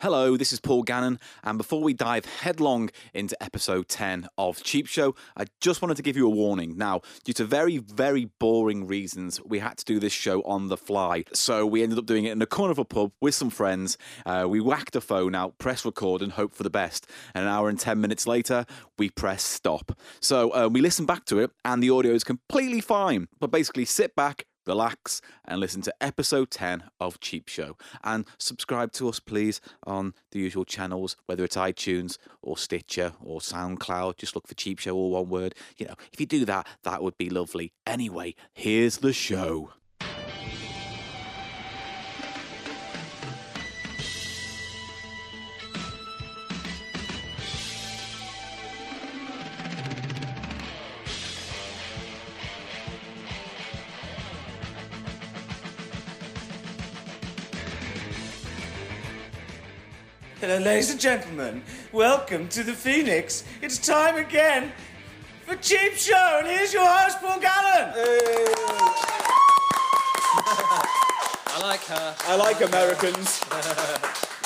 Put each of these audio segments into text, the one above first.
Hello, this is Paul Gannon, and before we dive headlong into episode 10 of Cheap Show, I just wanted to give you a warning. Now, due to very, very boring reasons, we had to do this show on the fly. So we ended up doing it in the corner of a pub with some friends. Uh, we whacked a phone out, press record, and hope for the best. And an hour and 10 minutes later, we press stop. So uh, we listened back to it, and the audio is completely fine. But basically, sit back, relax and listen to episode 10 of Cheap Show. And subscribe to us, please, on the usual channels, whether it's iTunes or Stitcher or SoundCloud. Just look for Cheap Show, all one word. You know, if you do that, that would be lovely. Anyway, here's the show. Hello, ladies and gentlemen. Welcome to the Phoenix. It's time again for Cheap Show, and here's your host, Paul Gallen. I like her. I like Americans.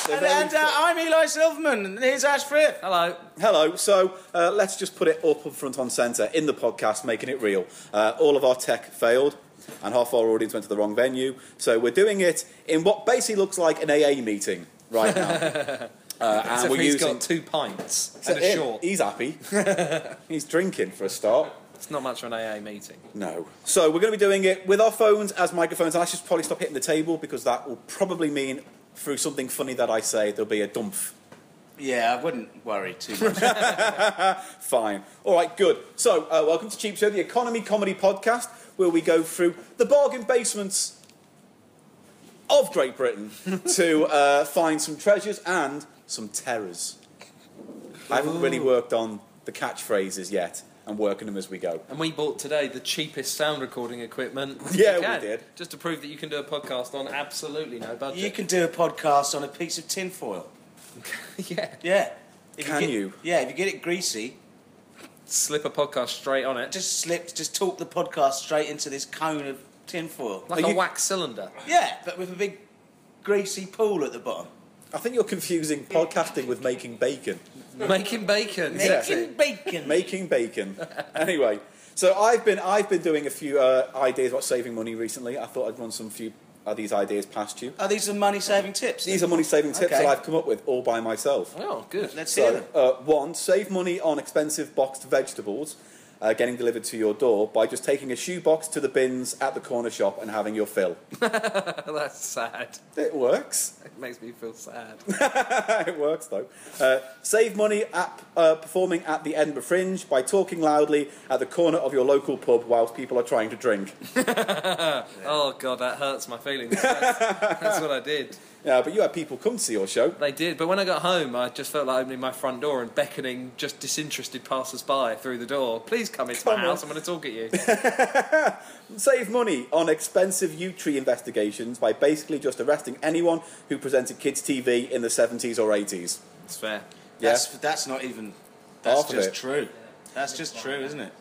They're and very- and, uh, I'm Eli Silverman, and here's Ash Frith. Hello. Hello. So uh, let's just put it up and front on centre in the podcast, making it real. Uh, all of our tech failed, and half our audience went to the wrong venue. So we're doing it in what basically looks like an AA meeting right now. Uh, and Except we're for he's using got two pints So and a him, short. He's happy. he's drinking for a start. It's not much of an AA meeting. No. So we're going to be doing it with our phones as microphones. And I should probably stop hitting the table because that will probably mean through something funny that I say there'll be a dump. Yeah, I wouldn't worry too much. Fine. All right, good. So, uh, welcome to Cheap Show, the economy comedy podcast, where we go through the bargain basements of Great Britain to uh, find some treasures and some terrors. I haven't really worked on the catchphrases yet. I'm working them as we go. And we bought today the cheapest sound recording equipment. Yeah, you we can, did. Just to prove that you can do a podcast on absolutely no budget. you can do a podcast on a piece of tinfoil. yeah. Yeah. If Can get- you? Yeah, if you get it greasy, Slip a podcast straight on it. just slip, just talk the podcast straight into this cone of tinfoil. Like Are a you- wax cylinder. Yeah, but with a big greasy pool at the bottom. I think you're confusing podcasting with making bacon. Making bacon. Making bacon. Making bacon. anyway, so I've been I've been doing a few uh, ideas about saving money recently. I thought I'd run some few of these ideas past you. Are these the money-saving tips? These are money saving tips Okay. that I've come up with all by myself. Oh, good. Let's hear So, them. uh, one, save money on expensive boxed vegetables uh, getting delivered to your door by just taking a shoebox to the bins at the corner shop and having your fill. That's sad. It works. It makes me feel sad. it works though. Uh, save money at uh, performing at the Edinburgh Fringe by talking loudly at the corner of your local pub whilst people are trying to drink. Oh, God, that hurts my feelings. That's, that's what I did. Yeah, but you had people come to your show. They did, but when I got home, I just felt like opening my front door and beckoning just disinterested passers-by through the door. Please come into my Come on. house. I'm going to talk at you. Save money on expensive U-Tree investigations by basically just arresting anyone who presented kids' TV in the 70s or 80s. It's fair. That's that's not even. That's Half of just it. true. That's just true, isn't it?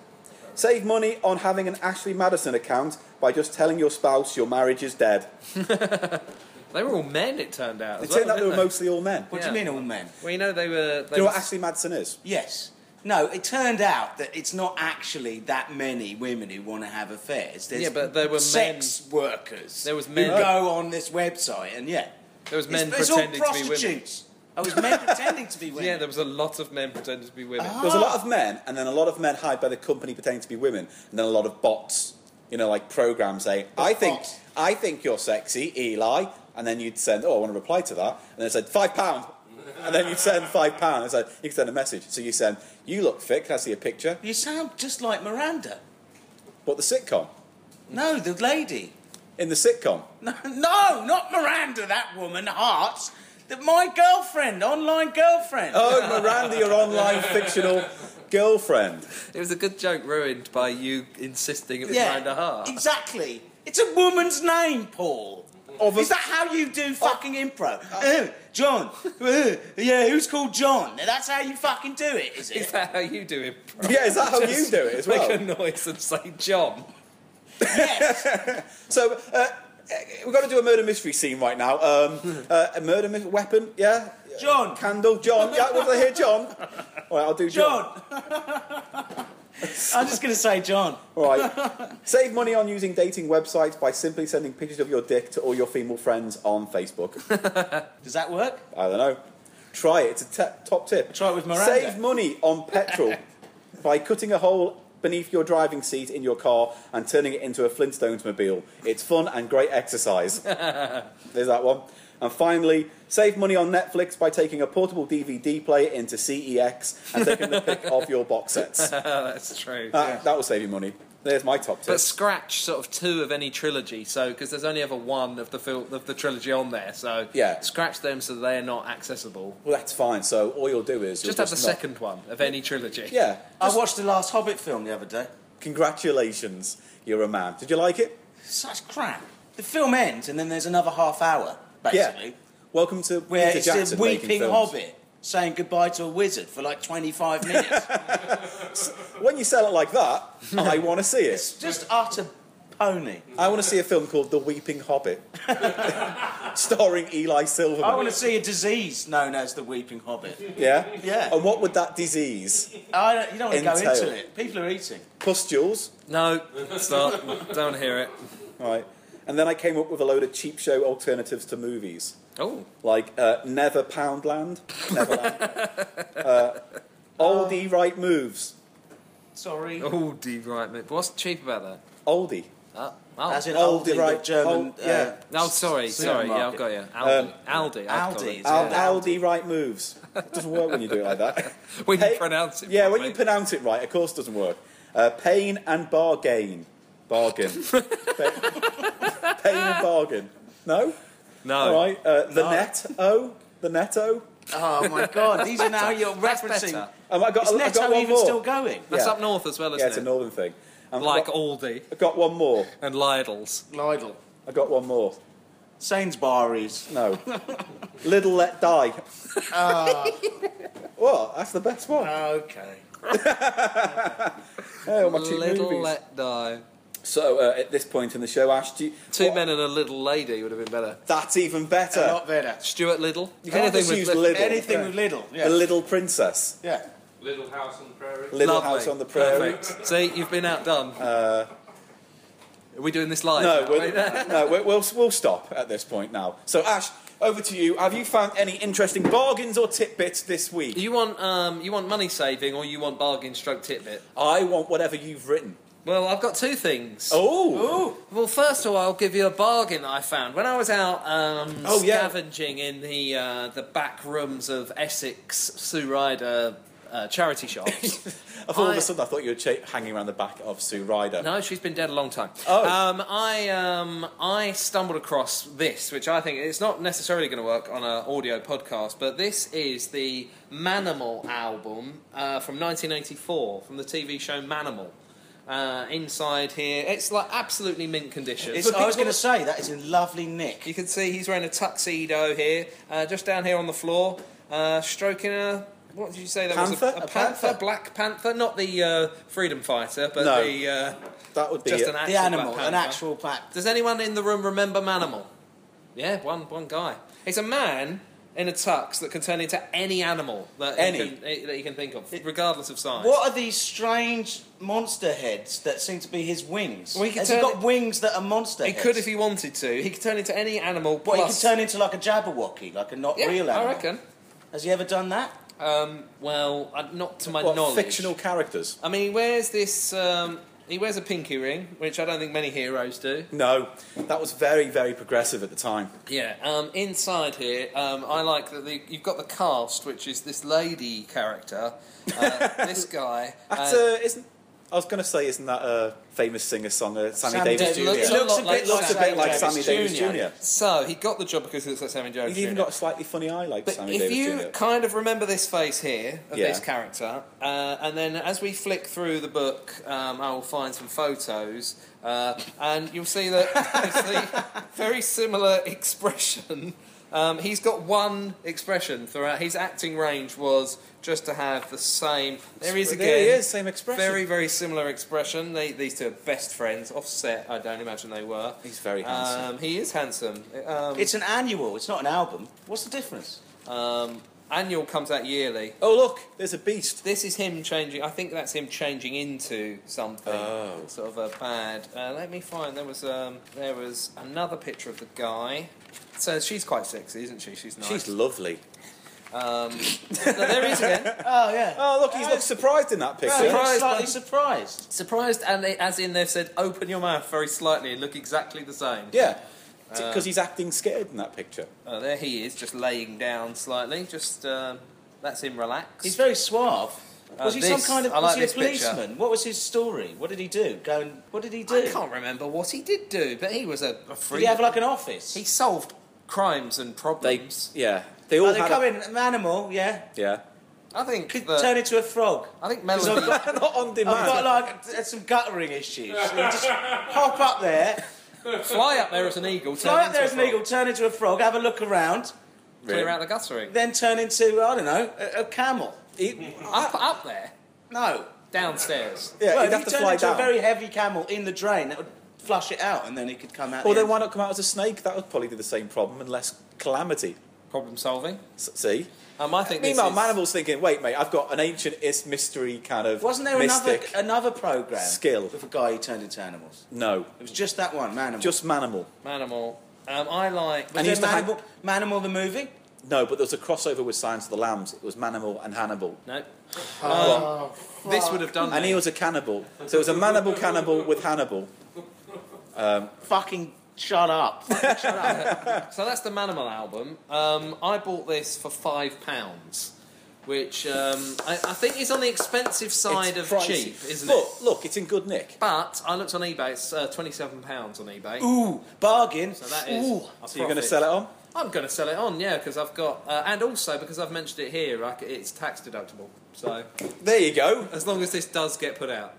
Save money on having an Ashley Madison account by just telling your spouse your marriage is dead. They were all men. It turned out. It as well, turned out they didn't were mostly all men. What Yeah. do you mean, all men? Well, you know they were. Do They you know were- what Ashley Madison is? Yes. No. It turned out that it's not actually that many women who want to have affairs. There's Yeah, but there were sex workers. There was who men- go on this website, and yeah, there was men it's, it's all pretending to be women. prostitutes. I was men pretending to be women. Yeah, there was a lot of men pretending to be women. There's a lot of men, and then a lot of men hired by the company pretending to be women, and then a lot of bots, you know, like programs saying, "I think, bots. I think you're sexy, Eli," and then you'd send, "Oh, I want to reply to that," and they said, five pound," and then you'd send five pound, and said, "You can send a message." So you send, "You look fit. Can I see a picture?" You sound just like Miranda. Mm. But the sitcom, No, the lady. in the sitcom, No, no, not Miranda. That woman, Hearts. That my girlfriend, online girlfriend. oh Miranda, your online fictional girlfriend. It was a good joke ruined by you insisting it was Yeah, Miranda Hart. Exactly. It's a woman's name, Paul. Of a- Is that how you do fucking improv? Uh, John. Uh, yeah, who's called John? That's how you fucking do it, is Is it? that how you do it? bro? Yeah, is that how you Just do it as well? Make a noise and say John. yes. So eh, uh, we've got to do a murder mystery scene right now. Um, uh, a murder mi- weapon, yeah. John. Candle, John. Yeah, was I hear John? All right, I'll do John. John. I'm just going to say John. All right. Save money on using dating websites by simply sending pictures of your dick to all your female friends on Facebook. Does that work? I don't know. Try it. It's a te- top tip. Try it with Miranda. Save money on petrol by cutting a hole beneath your driving seat in your car and turning it into a Flintstones mobile. It's fun and great exercise. There's that one. And finally, save money on Netflix by taking a portable DVD player into CEX and taking the pick of your box sets. That, Oh, that's true. that will save you money. There's my top tip. But scratch sort of two of any trilogy, so because there's only ever one of the fil- of the trilogy on there, so Yeah. scratch them so they're not accessible. Well, that's fine. So all you'll do is you'll Just have the not- second one of any trilogy. Yeah. I watched the last Hobbit film the other day. Congratulations, you're a man. Did you like it? Such crap. The film ends, and then there's another half hour, basically, Welcome to where Peter it's Jackson a weeping making films. hobbit saying goodbye to a wizard for like 25 minutes. When you sell it like that, I want to see it. it's just utter pony. I want to see a film called The Weeping Hobbit, starring Eli Silverman. I want to see a disease known as the Weeping Hobbit. Yeah, Yeah. And what would that disease? I don't, you don't want to go Oh. Entail. into it. People are eating. Pustules. No, it's not. Don't hear it. All right. And then I came up with a load of cheap show alternatives to movies, Oh, like uh, Never Poundland, Neverland, uh, Oldie Right Moves, Sorry. oh, D right, mate. What's cheap about that? Oldie. Uh, oh. As in Aldi, Aldi, the right. German. Al- yeah. uh, no, sorry, sorry. Yeah, I've got you. Aldi. Aldi. I'd call Aldi it. is- Al- Yeah. Um, Aldi Right Moves. It doesn't work when you do it like that. When you Hey- pronounce it. Yeah, when properly. you pronounce it right, of course, it doesn't work. Uh, pain and bargain, bargain, Pa- pain and bargain. No, all No. right. Uh, the No. net o, the netto. Oh my god, these are now you're That's referencing. better. Um, I got, Is I got Neto one even more. still going? That's yeah. up north as well, isn't yeah, it's a it? northern thing. Um, Like I got, Aldi I got one more. and Lidl's. Lidl. I got one more. Sainsbury's. No, little let die. Ah. what? That's the best one. Oh, Okay. Hey, all my cheap Little movies. let die. So uh, at this point in the show, Ash, do you, Two what- men and a little lady would have been better. That's even better. A lot better. Stuart Little. You can't just use Lidl. Anything Yeah. with Lidl. The Yeah. Little Princess, Yeah. Little House on the Prairie. Little Lovely. House on the Prairie. Uh, Perfect. See, you've been outdone. Are we doing this live? No, now? we'll, no, we'll, we'll we'll stop at this point now. So Ash, over to you. Have you found any interesting bargains or tidbits this week? You want um, you want money saving or you want bargain stroke tidbit? I want whatever you've written. Well, I've got two things. Oh, Well, first of all, I'll give you a bargain that I found when I was out um, Oh, yeah. scavenging in the uh, the back rooms of Essex Sue Ryder uh, charity shops. I thought all of I- a sudden I thought you were cha- hanging around the back of Sue Ryder. No, she's been dead a long time. Oh. Um, I um, I stumbled across this, which I think it's not necessarily going to work on an audio podcast, but this is the Manimal album uh, from 1984 from the TV show Manimal. Uh, inside here, it's like absolutely mint condition. It's, I was going to say that is in lovely nick. You can see he's wearing a tuxedo here, uh, just down here on the floor, uh, stroking a. What did you say? That was Panther? a, A panther, panther. black panther, not the uh, freedom fighter, but No. the uh, That would be just it. an actual The animal, black an panther. actual pack. Does anyone in the room remember Manimal? Yeah, one one guy. It's a man in a tux that can turn into any animal that Any. you can, eh, that you can think of, regardless of size. What are these strange monster heads that seem to be his wings? Well, he could Has he turn got it- wings that are monster He heads? could if he wanted to. He could turn into any animal. What, he plus- could turn into like a Jabberwocky, like a not yeah, real animal. I reckon. Has he ever done that? Um, well, uh, not to my what knowledge. fictional characters? I mean, he wears this. Um, he wears a pinky ring, which I don't think many heroes do. No, that was very very progressive at the time. Yeah. Um, inside here, um, I like that the, you've got the cast, which is this lady character, uh, this guy. That's and- uh, isn't. I was going to say, isn't that a famous singer-songer, Sammy Sammy Davis Davis- Jr.? looks It looks a lot like bit like, Sammy Davis Jr.. So he got the job because he looks like Sammy Jones. He's even Jr.. got a slightly funny eye like But Sammy if Davis you Jr. kind of remember this face here of Yeah. this character, uh, and then as we flick through the book, um, I will find some photos, uh, and you'll see that you'll see very similar expression. Um, he's got one expression throughout. His acting range was just to have the same. There is Well, again. there he is, same expression. Very, very similar expression. They, these two are best friends. Offset, I don't imagine they were. He's very handsome. Um, he is handsome. Um, It's an annual. It's not an album. What's the difference? Um, annual comes out yearly. Oh, look, there's a beast. This is him changing. I think that's him changing into something. Oh. Sort of a bad. Uh, let me find. There was um, there was another picture of the guy. So she's quite sexy, isn't she? She's nice. She's lovely. No, there he is again. Oh, yeah. Oh, look, he's looked surprised in that picture. Well, you're surprised, slightly but- surprised. Surprised, and they, as in they've said, open your mouth very slightly and look exactly the same. Yeah, because he's acting scared in that picture. Oh, there he is, just laying down slightly. Just um that's him relaxed. He's very suave. Uh, Was he some this- kind of I was like he a this picture. policeman? What was his story? What did he do? Go and what did he do? I can't remember what he did do, but he was a, a did free. he have like an office? he solved crimes and They, problems. yeah, they all Oh, they had a- come in an animal, yeah. yeah, I think Could that- turn into a frog. I think Because I've Melody. got, not on demand. I've got like t- some guttering issues. You just hop up there, fly up there as an eagle. turn fly up there into as a an frog, eagle, turn into a frog, have a look around, Clear out the guttering. then turn into I don't know a, a camel. He- Up, up there, no. downstairs. yeah, well, he'd if have he to turned fly into a down. very heavy camel in the drain, that would flush it out, and then it could come out. Or the then end. why not come out as a snake? That would probably do the same problem and less calamity. Problem solving. S- see? Um, I think this Meanwhile, is- Manimal's thinking, wait, mate, I've got an ancient is- mystery kind of Wasn't there mystic. another another program skill. with a guy who turned into animals? No, It was just that one, Manimal. just Manimal. Manimal. Um, I like. and was he there used to hang- Manimal, Manimal the movie. No, but there was a crossover with Science of the Lambs. It was Manimal and Hannibal. No, Oh, Um, this would have done. and me. he was a cannibal. So it was a Manimal cannibal with Hannibal. Fucking shut up. So that's the Manimal album. Um, I bought this for five pounds, which um, I, I think is on the expensive side It's of pricey. cheap, isn't look, it? Look, it's in good nick. But I looked on eBay; it's uh, twenty-seven pounds on eBay. Ooh, bargain. So that is. Ooh. a So you're going to profit. sell it on? I'm going to sell it on, yeah, because I've got, uh, and also because I've mentioned it here, I c it's tax deductible. So There you go. as long as this does get put out,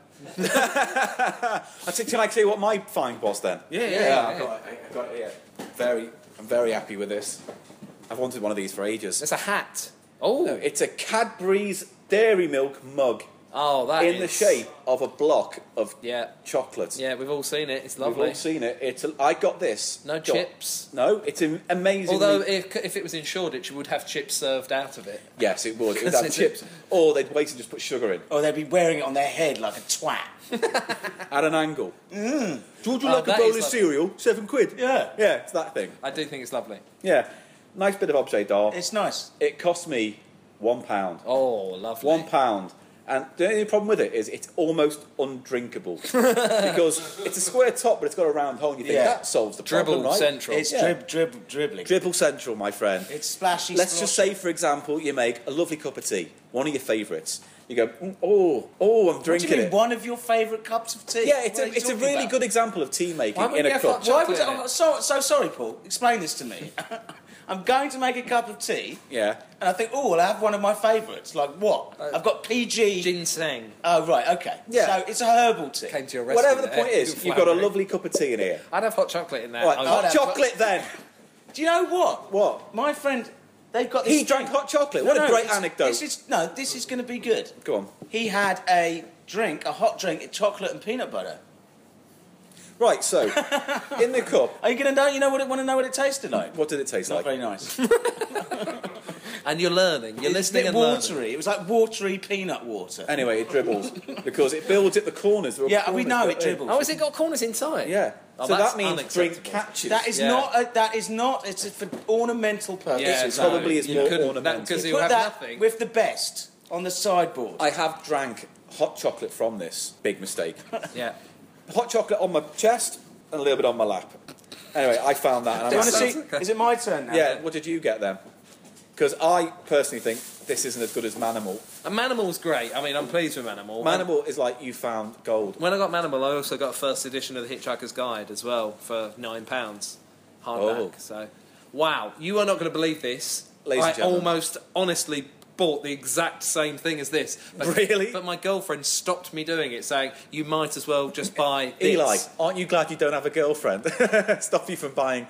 I said, can I tell you what my find was then? Yeah, yeah, yeah. I've got it. I've got it here. Very, I'm very happy with this. I've wanted one of these for ages. it's a hat. Oh, No, it's a Cadbury's Dairy Milk mug oh, that in the is- shape of a block of Yeah, chocolate. yeah, we've all seen it. It's We've lovely. all seen it. It's a, I got this. no Got- chips. No, it's an amazing. Although if, if it was in Shoreditch, you would have chips served out of it. yes, it would. It would 'Cause have it's a- chips, or they'd wait and just put sugar in Or they'd be wearing it on their head like a twat. at an angle. Mm. Would you Oh, like a that bowl is of lovely. cereal? Seven quid. Yeah. yeah, it's that thing. I do think it's lovely. Yeah, nice bit of objet d'art. It's nice. It cost me one pound. Oh, lovely. One pound. And the only problem with it is it's almost undrinkable because it's a square top, but it's got a round hole. And you think Yeah. that solves the Dribble problem, right? central. It's Yeah. drib, drib, dribbling. Dribble central, my friend. It's splashy. Let's just say, for example, you make a lovely cup of tea, one of your favourites. You go, "Mm, oh, oh, I'm What do drinking you mean, it. one of your favourite cups of tea? Yeah, it's What a, are you it's a talking really about? good example of tea Why making wouldn't in a you have cup. that Why would chocolate I, in oh, it? so, so sorry, Paul. Explain this to me. I'm going to make a cup of tea, Yeah, and I think, oh, well, I have one of my favourites. Like what? I've got PG. Ginseng oh, right, okay. Uh, Yeah. So it's a herbal tea. came to your rescue. whatever the there. point eh? is, You're you've got a floundering. lovely cup of tea in here. I'd have hot chocolate in Oh, there. All right, I would- hot I'd have chocolate then. Do you know what? What? My friend, they've got this. He drank hot chocolate. What No, a no, great it's- anecdote. This is, no, this is going to be good. Go on. He had a drink, a hot drink, with chocolate and peanut butter. Right, so in the cup, Are you going to know? You know what? it- Want to know what it tasted like? what did it taste like? Not very nice. and you're learning. You're It's listening a and bit learning. watery. It was like watery peanut water. Anyway, it dribbles because it builds at the corners. There are Yeah, we corners know built it in. dribbles. Oh, has it got corners inside? Yeah. Oh, so that's that means drink unacceptable. catches. That is Yeah. not. A, that is not. It's for ornamental Yeah, purposes. is probably is you more couldn't- ornamental. that- 'cause you Put have that nothing. with the best on the sideboard. I have drank hot chocolate from this. Big mistake. Yeah. hot chocolate on my chest and a little bit on my lap. Anyway, I found that. And Do I'm you like, want to see? okay. Is it my turn now? yeah, what did you get then? Because I personally think this isn't as good as Manimal. And Manimal's great. I mean, I'm pleased with Manimal. Manimal is like you found gold. When I got Manimal, I also got a first edition of the Hitchhiker's Guide as well for nine pounds hardback. Oh. So, wow, you are not going to believe this. Ladies I and gentlemen. almost, honestly, bought the exact same thing as this. But, Really? But my girlfriend stopped me doing it, saying you might as well just buy this. Eli, aren't you glad you don't have a girlfriend? Stop you from buying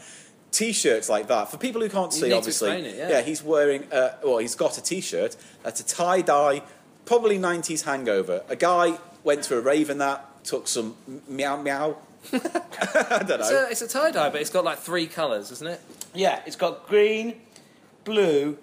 t-shirts like that. For people who can't You see, need to obviously, explain it, yeah. he's wearing. Uh, well, he's got a t-shirt that's a tie-dye, probably '90s hangover. A guy went to a rave in that, took some meow meow. I don't It's know. a, it's a tie dye, but it's got like three colours, isn't it? Yeah. It's got green, blue,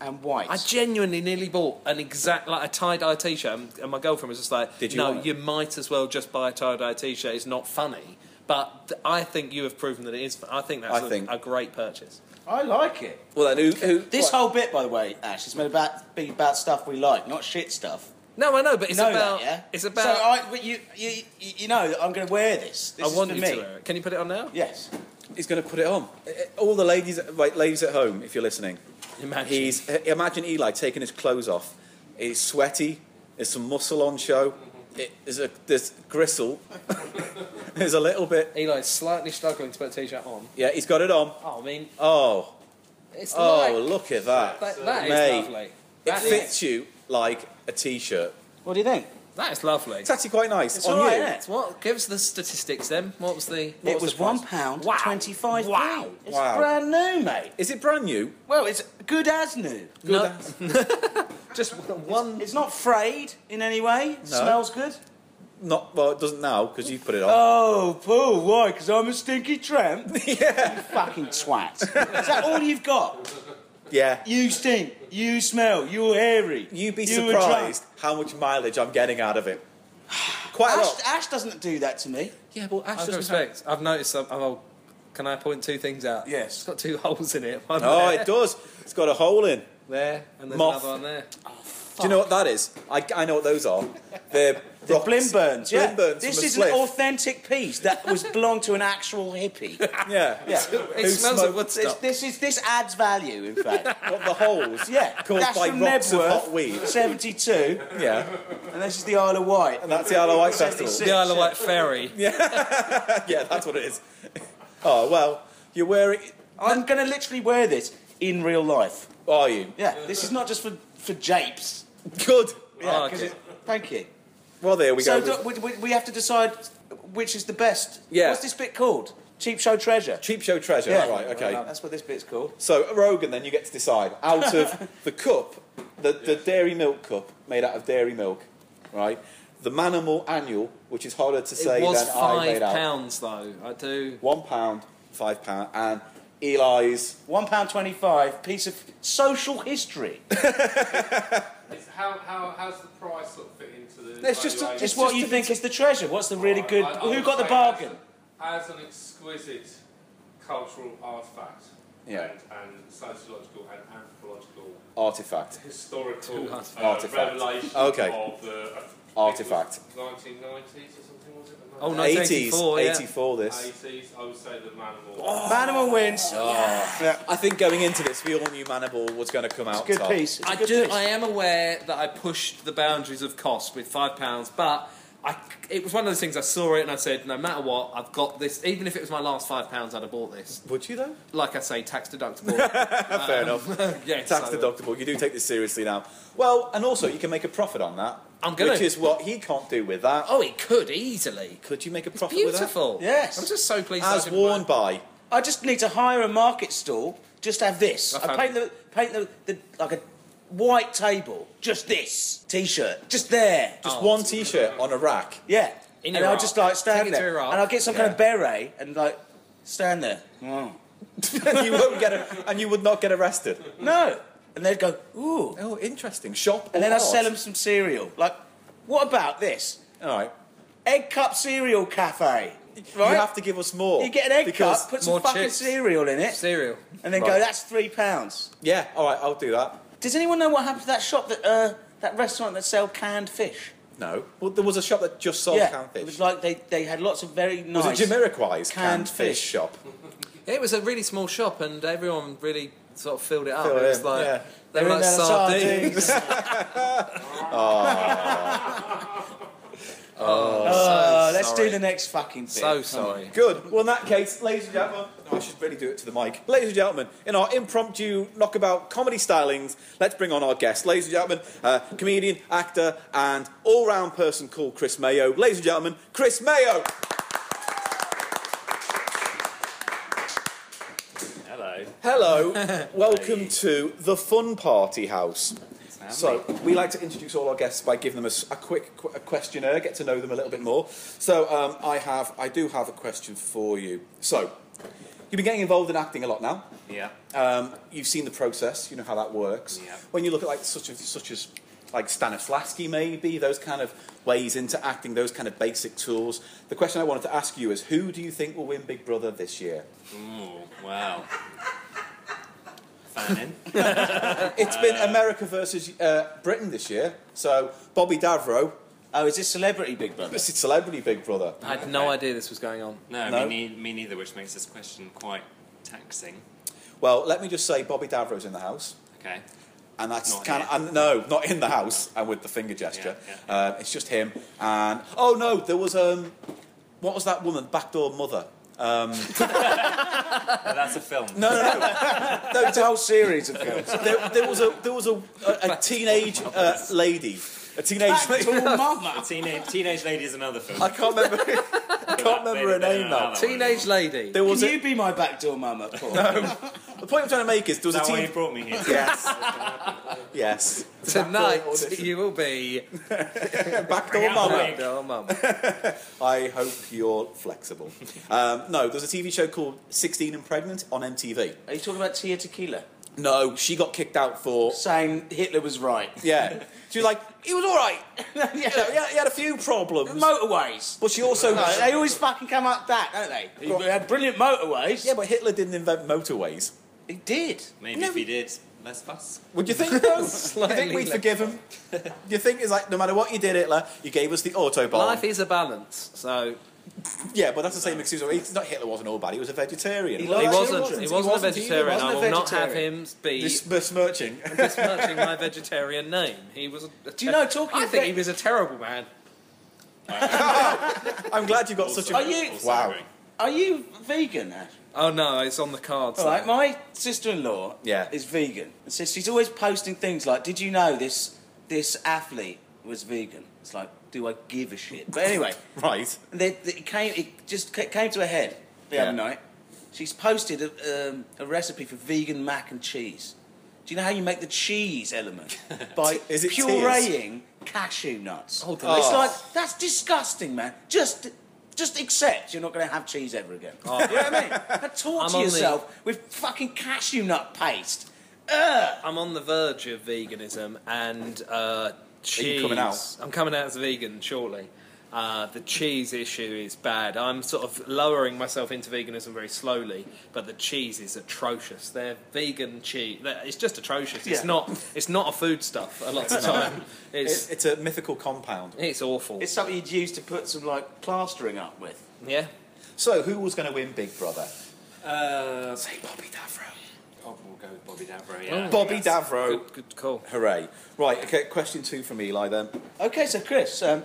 and white. I genuinely nearly bought an exact like a tie dye T-shirt, and, and my girlfriend was just like, Did you "No, want it?" you might as well just buy a tie dye T-shirt. It's not funny." But th- I think you have proven that it is. fu- I think that's I a think- a great purchase. I like it. Well, then, who? who This what- whole bit, by the way, Ash, is meant about being about stuff we like, not shit stuff. No, I know, but it's know about that, yeah? it's about. So I, but you, you, you you know, that I'm going to wear this. this I is want for you me. to wear it. Can you put it on now? Yes. He's going to put it on. Eh, eh, All the ladies, right, ladies at home, if you're listening, Imagine. he's eh, imagine Eli taking his clothes off. He's sweaty. There's some muscle on show. It, there's a there's gristle. there's a little bit. Eli's slightly struggling to put a T-shirt on. Yeah, he's got it on. Oh, I mean, Oh, it's oh, like look at that. that, that is Mate, lovely. It That is, fits you like a t-shirt. What do you think? that is lovely. It's actually quite nice. It's on all right, you. innit? What? Give us the statistics then. What was the? What it was the one price? pound Wow. twenty five. Wow. It's Wow. brand new, mate. Is it brand new? Well, it's good as new. No, just one. It's not frayed in any way. It No. Smells good. Not well. It doesn't now because you put it on. Oh, Paul, why? Because I'm a stinky tramp. yeah. You fucking twat. Is that all you've got? Yeah. You stink. You smell. You're hairy. You'd be you were drunk. surprised how much mileage I'm getting out of it. Quite a Ash, lot. Ash doesn't do that to me. Yeah, well, Ash Out of respect, I've noticed. Some, oh, can I point two things out? Yes. It's got two holes in it. One Oh, there, it does. It's got a hole in. There and there's Moth. another one there. Do you know what that is? I, I know what those are. They're The rocks. Blimburns. Yeah. Blimburns this from a is spliff. an authentic piece that was belonged to an actual hippie. Yeah. Yeah. It Who smells smoked- of wood This, stock. this is this adds value, in fact. What, the holes? Yeah, Caused that's by from rocks of Nebworth, hot weed. Seventy-two, Yeah. and this is the Isle of Wight. And that's the Isle of Wight Festival. The Isle of Wight ferry. Yeah, that's what it is. Oh, well, you're wearing... I'm going to literally wear this in real life. Are you? Yeah, this is not just for for japes. Good. Yeah, Like 'cause it. it- thank you. Well, there we So go. do, we, we, we have to decide which is the best. Yeah. What's this bit called? Cheap show treasure. Cheap show treasure. Right, okay. That's what this bit's called. So Rogan, then you get to decide out of the cup, the, the dairy milk cup made out of dairy milk, right? The Manimal Annual, which is harder to say It was than I five made out. pounds though. I do. One pound, five pound, and Eli's. One pound twenty-five piece of social history. It's how, how, how's the price sort of fit into the. Let's just- valuation? It's what you think is the treasure. What's the really Right, good? I- I Who would got the say bargain? As, as an exquisite cultural artifact Yeah. and, and sociological and anthropological Artifact. historical uh, Artifact. revelation Okay. of the uh, I think it was Artifact. 1990s or something was it? Oh, 80s, 1984, yeah. 84 this. 80s. I would say the man of all. Oh. Manimal wins. Yeah. I think going into this, we all knew Manimal was going to come out It's a good top. piece. It's a I good do. piece. I am aware that I pushed the boundaries of cost with five pounds, but I, it was one of those things. I saw it and I said, no matter what, I've got this. Even if it was my last five pounds, I'd have bought this. Would you though? Like I say, tax deductible. Fair enough. yes, Tax I would. deductible. You do take this seriously now. Well, and also you can make a profit on that. I'm gonna. Which is what he can't do with that. Oh, it could easily. Could you make a It's profit with that? beautiful. Yes. I'm just so pleased. I As didn't worn buy- by. I just need to hire a market stall. Just have this. I I paint the paint the, the like a white table. Just this t-shirt. Just there. Just Just one T-shirt on a rack. yeah. Oh. In and Iraq. I'll just like Take stand it to there, Iraq. and I'll get some kind of beret and like stand there. and you won't get, a, and you would not get arrested. No, and they'd go ooh, Oh, interesting. Shop. and then or I sell art? them some cereal. Like, what about this All right. egg cup cereal cafe? You Right. have to give us more. You, get an egg because, cup, put more some fucking chips. cereal in it, Cereal. and then Right. go. That's three pounds. Yeah. All right. I'll do that. Does anyone know what happened to that shop that uh, that restaurant that sell canned fish? No. Well, there was a shop that just sold canned it fish. was like they, they had lots of very nice. Was it Jamiroquai's canned, Canned fish. fish. shop? It was a really small shop, and everyone really sort of filled it up. Filled it was in, like yeah. they They're in were like there, sardines. sardines. Oh, Uh, Oh, let's sorry. do the next fucking thing. So sorry. Good. Well, in that case, ladies and gentlemen, no, I should really do it to the mic. Ladies and gentlemen, in our impromptu knockabout comedy stylings, let's bring on our guest. Ladies and gentlemen, uh, comedian, actor, and all round person called Chris Mayo. Ladies and gentlemen, Chris Mayo. Hello. Hello, welcome to the Fun Party House. So we like to introduce all our guests by giving them a, s- a quick qu- a questionnaire, get to know them a little bit more. So um, I have, I do have a question for you. So you've been getting involved in acting a lot now. Yeah. Um, you've seen the process. You know how that works. Yeah. When you look at like such as such as like Stanislavski, maybe those kind of ways into acting, those kind of basic tools. The question I wanted to ask you is, who do you think will win Big Brother this year? Ooh, wow. Fanning. It's been America versus uh, Britain this year. So Bobby Davro, Oh, is this celebrity Big Brother? this is Celebrity Big Brother. I had no idea this was going on. No, No? Me, ne- me neither, which makes this question quite taxing. Well, let me just say Bobby Davro's in the house. Okay. And that's Not kind here. of, and no, not in the house, and with the finger gesture. Yeah, Uh, it's just him. And oh no, there was um, what was that woman, backdoor mother? But that's a film. No, no, no. No, it's a whole series of films. there, there was a there was a, a, a teenage uh, lady, a teenage. A teenage, teenage Lady is another film. I can't remember. I can't remember her name now. Teenage lady. There was Can a, you be my backdoor mama, Paul? the point I'm trying to make is there was a That's why you teen. brought me here. Yes. yes. Tonight audition. you will be Backdoor out mama. the your mum. I hope you're flexible. Um, no, there's a TV show called 16 and Pregnant on MTV. Are you talking about Tia Tequila? No, she got kicked out for. Saying Hitler was right. Yeah. She was like, he was all right. You know, he, had, he had a few problems. Motorways. But she also. No, they always fucking come up that, don't they? He had brilliant motorways. Yeah, but Hitler didn't invent motorways. he did. Maybe if he did, less fuss. Would you think though? you think Slightly we'd less. forgive him? you think it's like no matter what you did, Hitler, you gave us the autobomb. Life is a balance, so yeah, but that's the same excuse. It's not Hitler wasn't all bad. He was a vegetarian. He he liked wasn't. children. He He wasn't a wasn't- he vegetarian. wasn't I a will not have vegetarian. him be Dis- besmirching. besmirching my vegetarian name. He was. A Do you know, talking I of think veg- he was a terrible man. I'm glad you got such a. Are you- Wow. Are you vegan, Ash? Oh no, it's on the cards. All right, my sister-in-law Yeah. is vegan, and so she's always posting things like, "Did you know this this athlete was vegan?" It's like, do I give a shit? But anyway, Right. they, they- it came it just ca- came to a head the Yeah. other night. She's posted a, um, a recipe for vegan mac and cheese. Do you know how you make the cheese element by Is it pureeing cashew nuts? Oh, it's delicious. like that's disgusting, man. Just. Just accept you're not going to have cheese ever again. You know what I mean? And I'm Talk on to the- yourself with fucking cashew nut paste. I'm on the verge of veganism and uh, cheese. you coming out? I'm coming out as a vegan shortly. Uh, the cheese issue is bad. I'm sort of lowering myself into veganism very slowly, but the cheese is atrocious. They're vegan cheese. they're- It's just atrocious. It's Yeah. not. It's not a foodstuff a lot of the time. It's, It's it's a mythical compound. it's awful. It's something you'd use to put some like plastering up with. yeah. So who was going to win Big Brother? Uh, Say Bobby Davro. Bob will go with Bobby Davro, yeah. Bobby Davro. Good, good call. Hooray! Right. Okay. Question two from Eli then. Okay, so Chris, um,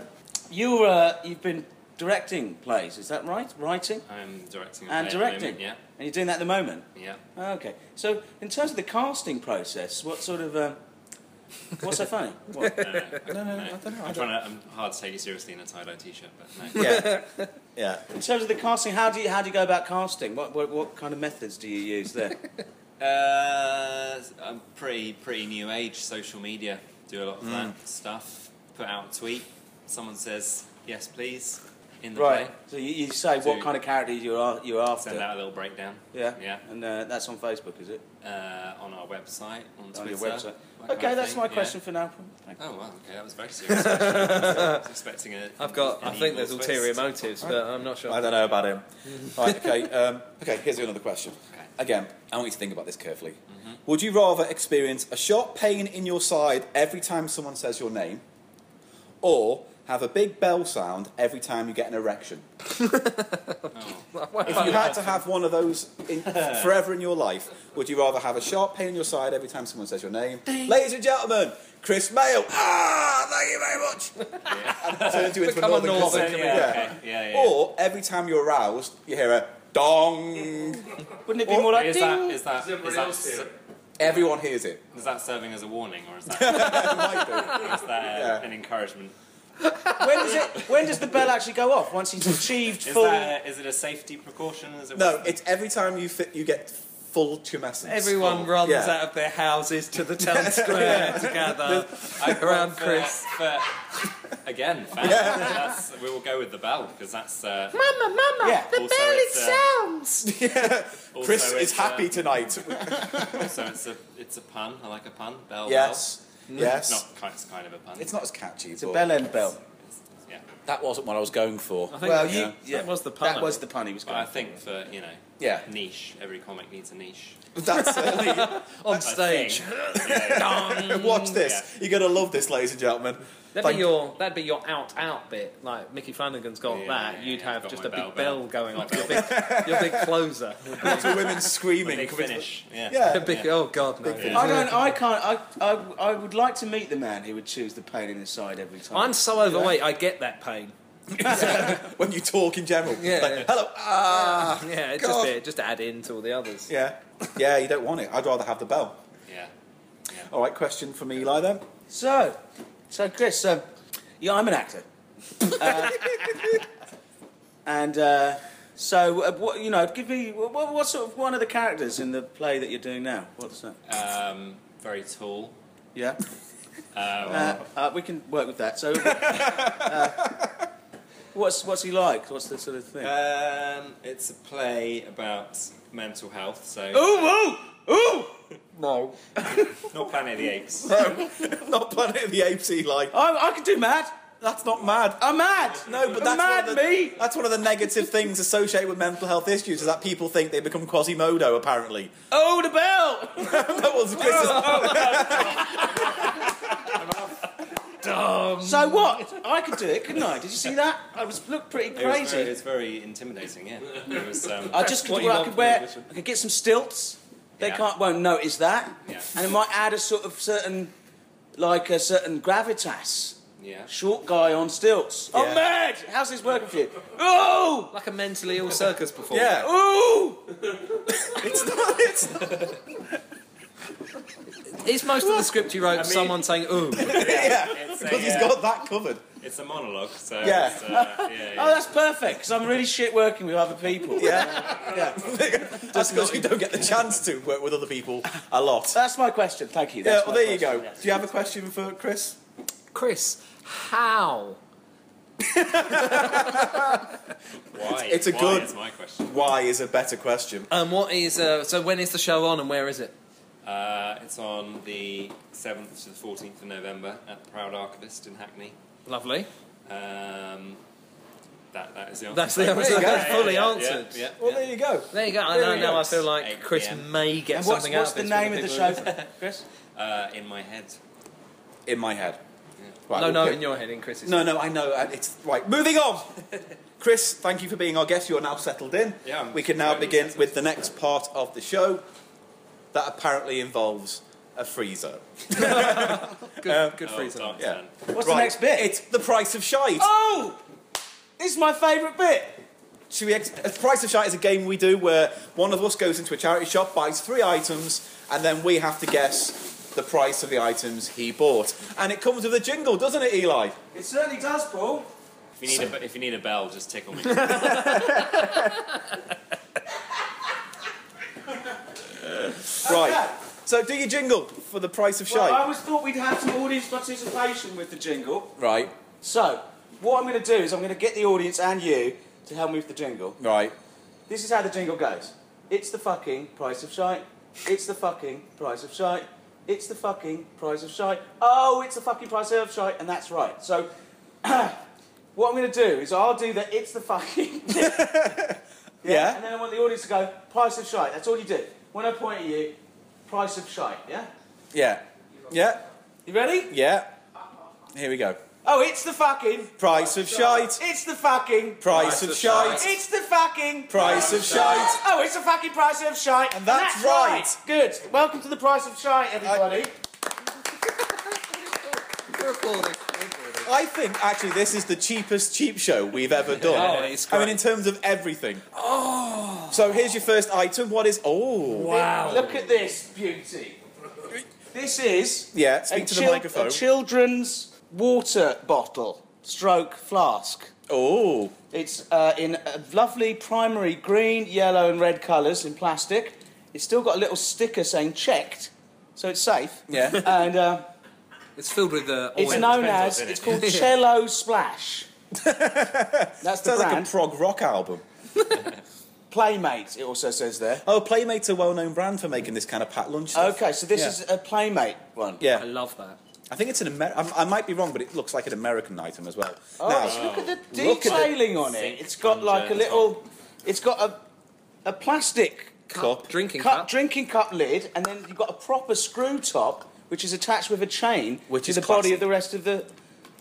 you uh, you've been directing plays, is that right? Writing Oh. I'm directing. a and play at the directing, moment, Yeah, And you're doing that at the moment. yeah. Okay, so in terms of the casting process, what sort of um, what's so funny? What? No, no, No, no, no. I don't know. I don't- I'm trying to. I'm hard to take you seriously in a tie-dye t-shirt, but no. Yeah. yeah. In terms of the casting, how do you how do you go about casting? What what, what kind of methods do you use there? Uh, I'm pretty pretty new age social media. Do a Mm. lot of that stuff. Put out a tweet. Someone says yes, please. In the right. play, So you, you say what Do- kind of character you're a- you're after? send out a little breakdown. Yeah. Yeah. And uh, that's on Facebook, is it? Uh, on our website, on Twitter. On your website. that kind Okay, of that's thing, my yeah. question for now. Thank you. Oh wow, okay, that was very serious. actually. I was expecting a. I've got. an I think evil there's twist. ulterior motives, but I'm not I sure. Mm-hmm. don't know about him. right, okay. Um, okay, here's another question. Okay. Again, I want you to think about this carefully. Mm-hmm. Would you rather experience a sharp pain in your side every time someone says your name, or have a big bell sound every time you get an erection? If you had to have one of those in, forever in your life, would you rather have a sharp pain in your side every time someone says your name? Ladies and gentlemen, Chris Mayo. Ah, thank you very much. And turns you into Become a another Northern Yeah, comic. comedian. Yeah. Oh, okay, yeah, yeah. Or every time you're aroused, you hear a dong. Wouldn't it be more like is ding? that is that Does is everybody that, else hear ser- it? Everyone hears it. is that serving as a warning or is that, It might do. is that uh, Yeah. an encouragement? when does it? When does the bell actually go off? Once he's achieved Is full. that is it a safety precaution? Is it No, it's every time you fit, you get full tumescence. Everyone runs Oh, Yeah. out of their houses to the town square together I around for, Chris. For, again. Fan. That's, we will go with the bell because that's uh, Mama, mama, Yeah. the Also, bell it it's, uh, sounds. also Chris is it's, uh, happy tonight. also, it's a it's a pun. I like a pun. Bell. yes. Bell. Yes. Not kind. It's kind of a pun. It's not as catchy. It's a but- bell end bell. yeah. That wasn't what I was going for. I think Well, that- you. that yeah, was the pun. That was the pun he was But I going. think for you know Yeah. niche, every comic needs a niche. That's certainly. on I stage. think. yeah, Watch this. You're gonna love this, ladies and gentlemen. That'd Thank- be your that'd be your out out bit. Like Mickey Flanagan's got Yeah, that. yeah, You'd yeah, have got just my a big bell, bell, bell. going My off. Your big, your big closer. Lots of women yeah. screaming. Big coming to- finish. Yeah. A Yeah. big, oh god, no. Yeah. I don't. I can't. I, I. I would like to meet the man who would choose the pain in his side every time. I'm so overweight. I get that pain. When you talk in general. Yeah, Like, yeah. Hello. Ah. Yeah, it's just God. it, just add in to all the others. Yeah. Yeah. You don't want it. I'd rather have the bell. yeah. All right. Question from Eli then. So, so Chris, um, yeah, I'm an actor, Uh, and uh, so uh, what, you know, give me what, what sort of one of the characters in the play that you're doing now? What's that? Um, very tall. Yeah, Um, uh, uh, we can work with that. So, uh, what's what's he like? What's the sort of thing? um, it's a play about mental health, so ooh, ooh, ooh! No, not Planet of the Apes. Not Planet of the Apes, Eli. I, I could do mad. That's not mad. I'm mad. No, but that's mad one of the, me. That's one of the negative things associated with mental health issues is that people think they become Quasimodo. Apparently, Oh, the bell. that was Chris's so what? I could do it, couldn't I? Did you see that? I was looked pretty It was crazy. very- It was very intimidating. Yeah. It was. Um, I just What could, you well, I want could from the wear. audition. I could get some stilts. They Yeah. can't won't notice that, Yeah. and it might add a sort of certain, like a certain gravitas. yeah. Short guy on stilts. Yeah. I'm mad. How's this working for you? Oh, like a mentally ill circus performer. Yeah. oh. It's not. It's not. Is most of the script you wrote someone saying ooh? Yeah. It's a, Because he's uh, got that covered. It's a monologue, so Yeah. it's, uh, yeah, Oh, yeah. that's perfect. Because I'm really shit working with other people. Yeah. yeah. That's because you don't get the chance to work with other people a lot. That's my question. Thank you. Yeah, That's well, my there you go. question. Do you have a question for Chris? Chris, how? why? it's a why good- is my question. Why is a better question? Um, what is uh, so? When is the show on and where is it? Uh, it's on the seventh to the fourteenth of November at the Proud Archivist in Hackney. Lovely. Um, that that is the answer. That's the answer. you go. That's fully Yeah, yeah, answered. Yeah, Well, yeah. there you go. There you go. I There know, we now go. I feel like 8 Chris PM. may get And what's, something what's out the of this for name of the people show, who- Chris? Uh, in my head. In my head. Right, No, we'll no, pick- in your head, in Chris's. No, no, I know. uh, It's right. Moving on. Chris, thank you for being our guest. You're now settled in. Yeah, I'm we can now totally begin settled. with the next part of the show that apparently involves a freezer. Good, uh, good Oh, freezer. dark Yeah. tan. What's Right, the next bit? It's the price of shite. oh, this is my favourite bit. Should we ex- uh, price of shite is a game we do where one of us goes into a charity shop, buys three items, and then we have to guess the price of the items he bought. And it comes with a jingle, doesn't it, Eli? It certainly does, Paul. If you need a if you need a bell, just tickle me. Right. So do your jingle for the price of Well, I shite. always thought we'd have some audience participation with the jingle. Right. So, what I'm going to do is I'm going to get the audience and you to help me with the jingle. Right. This is how the jingle goes. It's the fucking price of shite. It's the fucking price of shite. It's the fucking price of shite. Oh, it's the fucking price of shite, and that's right. So, what I'm going to do is I'll do the it's the fucking. Yeah. And then I want the audience to go price of shite. That's all you do. When I point at you, price of shite. Yeah. Yeah. Yeah. You ready? Yeah. Here we go. Oh, it's the fucking. Price of shite. It's the fucking. Price of shite. It's the fucking. Price of shite. Oh, it's the fucking price of shite. And that's right. Good. Welcome to the price of shite, everybody. We're applauding. I think actually this is the cheapest cheap show we've ever done. Oh, it's I mean in terms of everything. Oh. So here's your first item. What is oh Wow. Look at this beauty. This is Yeah, speak a, to the chil- microphone. a children's water bottle stroke flask. oh. It's uh, in a lovely primary green, yellow, and red colours in plastic. It's still got a little sticker saying checked, so it's safe. Yeah. and uh, It's filled with uh, oil. It's known as, depends what's in it's it. called Cello Splash. That's the Sounds like brand. a prog rock album. Playmate, it also says there. Oh, Playmate's a well-known brand for making this kind of packed lunch stuff. Okay, so this Yeah. is a Playmate one. I Yeah, love that. I think it's an American. I might be wrong, but it looks like an American item as well. Oh, Now- it's- look at the Look at the detailing on it. zinc It's got like a conjure. little, it's got a, a plastic Cup. Drinking cup, cup. drinking cup lid, and then you've got a proper screw top, which is attached with a chain Which to is the body classy. of the rest of the,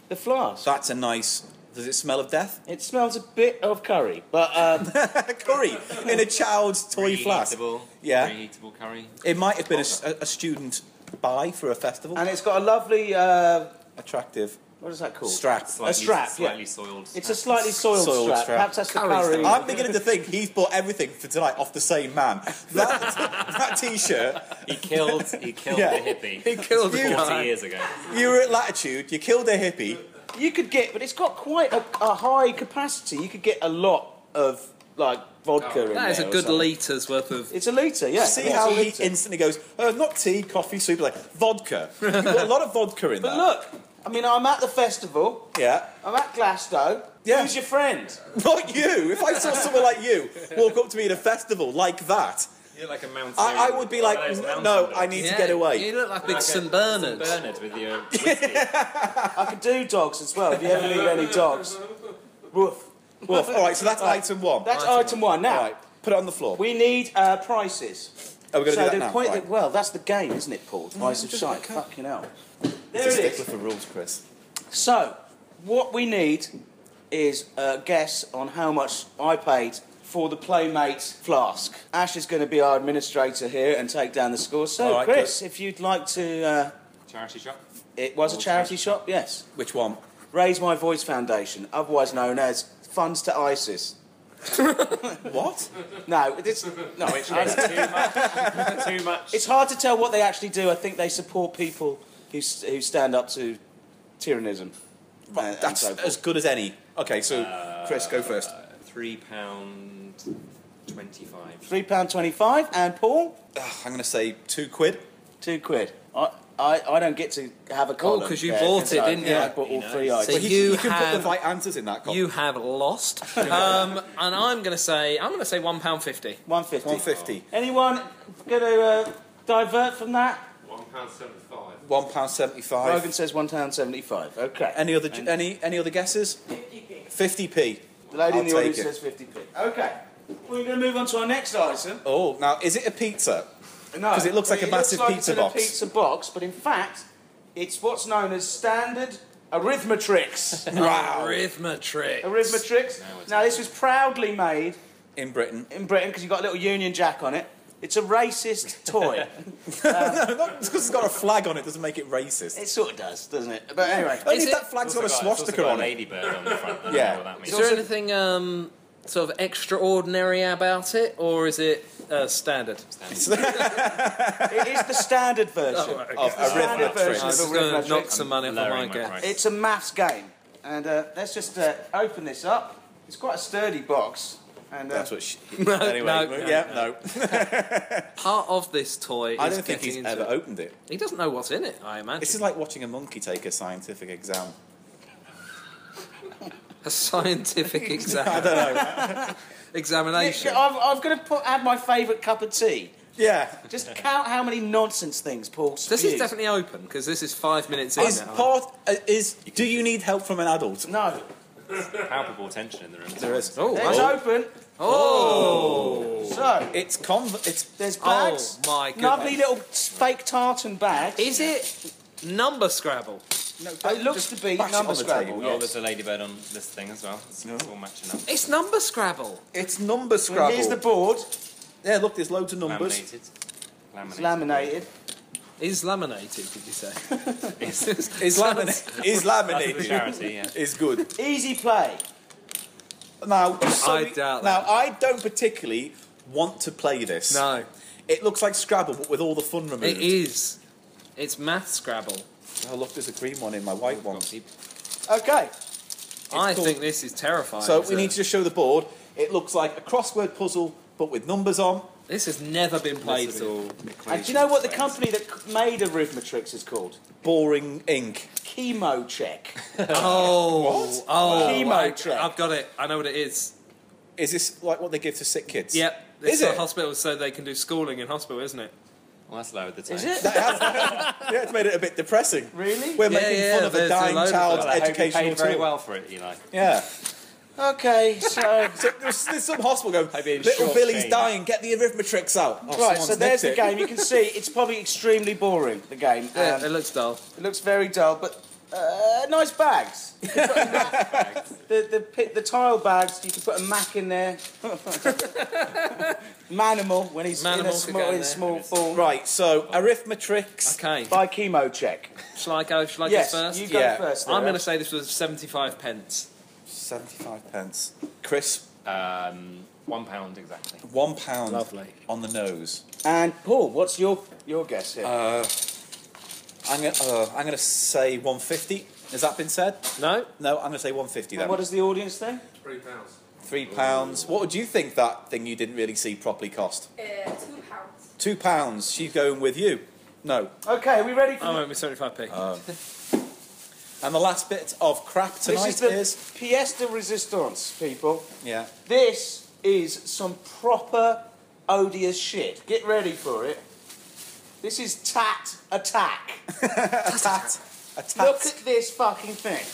the flask. That's a nice. Does it smell of death? It smells a bit of curry, but um, Curry in a child's toy flask. Reheatable. Yeah. Reheatable curry. It might have been a, s- a- a student buy for a festival. and it's got a lovely uh, Attractive what is that called? strap. Slightly, strap, yeah. Slightly soiled. It's a slightly soiled, Soiled strap. strap. Perhaps that's the Curry curry. strap. I'm beginning to think he's bought everything for tonight off the same man. That, that t-shirt. He killed. He killed Yeah. the hippie. He killed You- the Forty guy. years ago. You were at Latitude. You killed a hippie. You could get, but it's got quite a, a high capacity. You could get a lot of like vodka in Oh, That is a there or good something. litre's worth of. It's a litre, yeah. See Yeah, how it's a he litre. instantly goes, uh, not tea, coffee, soup, like vodka. You've got a lot of vodka in that. But look, I mean, I'm at the festival. Yeah. I'm at Glasgow. Yeah. Who's your friend? Not you. If I saw someone like you walk up to me at a festival like that, You're like a mountain. I, I would be like, One of those "N- mountain no, dogs. I need Yeah, to get away. You look like big Like a St. Bernard. Bernard with your I could do dogs as well. If you ever need any dogs, woof. Wolf. All right, so that's item one. That's Item item one. Now All right, put it on the floor. we need uh, prices. Are we going to so do the that now? point Right. Mm, that well, that's the game, isn't it, Paul? Price of sight. Fucking hell. There It's a it is. stickler for rules, Chris. So, what we need is a guess on how much I paid for the Playmate flask. Ash is going to be our administrator here and take down the score. So, All right, Chris, if you'd like to, uh, charity shop. it was a charity shop, yes. Which one? Raise My Voice Foundation, otherwise known as Funds to ISIS. What? No, it's no, Oh, it's Too much. it's hard to tell what they actually do. I think they support people who s- who stand up to tyrannism. and- and That's Uh, so forth. as good as any. Okay, so Chris, go first. Three pound twenty-five. three pound twenty-five, and Paul. Ugh, I'm going to say two quid. Two quid. I, I, I don't get to have Oh, a column. 'cause you there, bought 'cause it, I- didn't Yeah, you? I bought all You three know. items. But you you can put have- the right answers in that column. You have lost. um, and I'm going to say, I'm going to say one pound fifty. One fifty. 150. Anyone going to uh, divert from that? One pound seventy-five. One pound seventy-five. Rogan says one pound seventy-five. Okay. Any other any any other guesses? 50p. 50p. the lady in I'll the audience take it. says fifty p. Okay. We're going to move on to our next item. Oh, now is it a pizza? No, 'Cause it looks like a massive looks like pizza it's in a box. pizza box, but in fact, it's what's known as standard arithmetrix. Wow. Arithmetric. arithmetrix. it's Now, this was proudly made In Britain. in Britain because you've got a little Union Jack on it. It's a racist toy. Uh, no, not because it's got a flag on it doesn't make it racist. It sort of does, doesn't it? But anyway, Only Is if it- that flag's got a swastika got on a it. ladybird on the front. I don't Yeah. know what that means. Is there anything um, sort of extraordinary about it, or is it uh, standard? it is the standard version. Oh, Of Standard version I arithmetric. of was going to knock arithmetrix. some money off Lowering my my guess. price. It's a maths game, and uh, let's just uh, open this up. It's quite a sturdy box, and uh, That's what she. anyway, no, no, yeah, no. Part of this toy. I is don't think getting he's into ever it. opened it. He doesn't know what's in it. I imagine This is like watching a monkey take a scientific exam. a scientific I exam- don't know. Nick, examination. I've, I've got to put, add my favourite cup of tea. Yeah. Just count how many nonsense things Paul This is spews. definitely open because this is five minutes in. Is now. part uh, is do you need help from an adult? no. Palpable tension in the room. There is. Oh, It's wow. open. oh. So It's conv. It's there's bags. Oh, my goodness. Lovely little fake tartan bags. Is it number Scrabble? it looks to be bash it number on the scrabble. table. Oh, Yes. there's a ladybird on this thing as well. It's it's all matching up. It's number Scrabble. it's number Well, scrabble. here's the board. yeah, look, there's loads of numbers. Laminated. It's Laminated. laminated. Is laminated? Did you say? Is laminated. is That's the laminated. charity, yeah. is good. Easy play. Now, so I we- doubt now that. I don't particularly want to play this. no, It looks like Scrabble, but with all the fun removed. it is. It's math Scrabble. Oh, look, there's a green one in my white one. Okay. I called- think this is terrifying. So as we a- need to just show the board. It looks like a crossword puzzle, but with numbers on. This has never been played at all. And do you know what the company that c- made Arithmetrix is called? Boring Inc. Chemo Check. Oh, oh, Chemo I, track. I've got it. I know what it is. Is this like what they give to sick kids? Yep. It's Is for it? hospitals so they can do schooling in hospital, isn't it? Well, that's lowered the tone. Is it? That has- yeah, it's made it a bit depressing. Really? We're Yeah, making yeah, fun of a there's a dying load of child's them. I hope you educational paid very tool. well for it, Eli. Yeah. Okay, so. So there's, there's some hospital going, Maybe in little short Billy's chain." dying, get the arithmetrix out. Oh, Right, someone's so there's the nicked it. game. You can see it's probably extremely boring, the game. Yeah, uh, Um, it looks dull. It looks very dull, but uh, nice bags. You've got the, the, pi- the tile bags, you can put a Mac in there. Manimal, when he's in a Manimal could go small, in in there. small form. Right, so arithmetrix. Okay. By chemo check. Shall I go? Shall I yes, go first? you go Yeah. first. I'm going to to. say this was 75 pence. 75 pence. Chris, Um, one pound exactly. one pound Lovely. on the nose. Uh, And Paul, what's your your guess Uh, here? I'm gonna, uh, I'm gonna say 150. Has that been said? No? No, I'm gonna say 150 and then. what does the audience think? Three pounds. Three pounds. What would you think that thing you didn't really see properly cost? Uh, two pounds. Two pounds. She's going with you. No. Okay, are we ready for I went with 75 p. And the last bit of crap this? tonight Is the is pièce de résistance, people. yeah. This is some proper odious shit. Get ready for it. This is tat attack. A tat. A tat. Look at this fucking thing.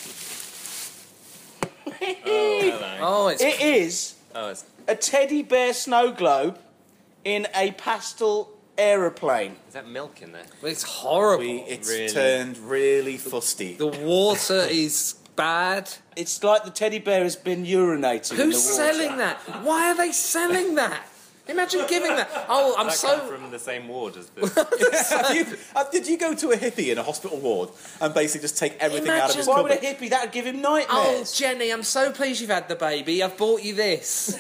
Uh. Hello. oh, it's It is Oh, is, a teddy bear snow globe in a pastel aeroplane. is that milk in there? it's horrible. We- it's Really? turned really fusty. the water is bad. It's like the teddy bear has been urinating. in the Who's water. selling that? Why are they selling that? Imagine giving that. Oh, I'm that so. come from the same ward as the. Have you- uh, did you go to a hippie in a hospital ward and basically just take everything out of his Imagine- Why would a cupboard? hippie? That would give him Oh, nightmares. Jenny, I'm so pleased you've had the baby. I've bought you this.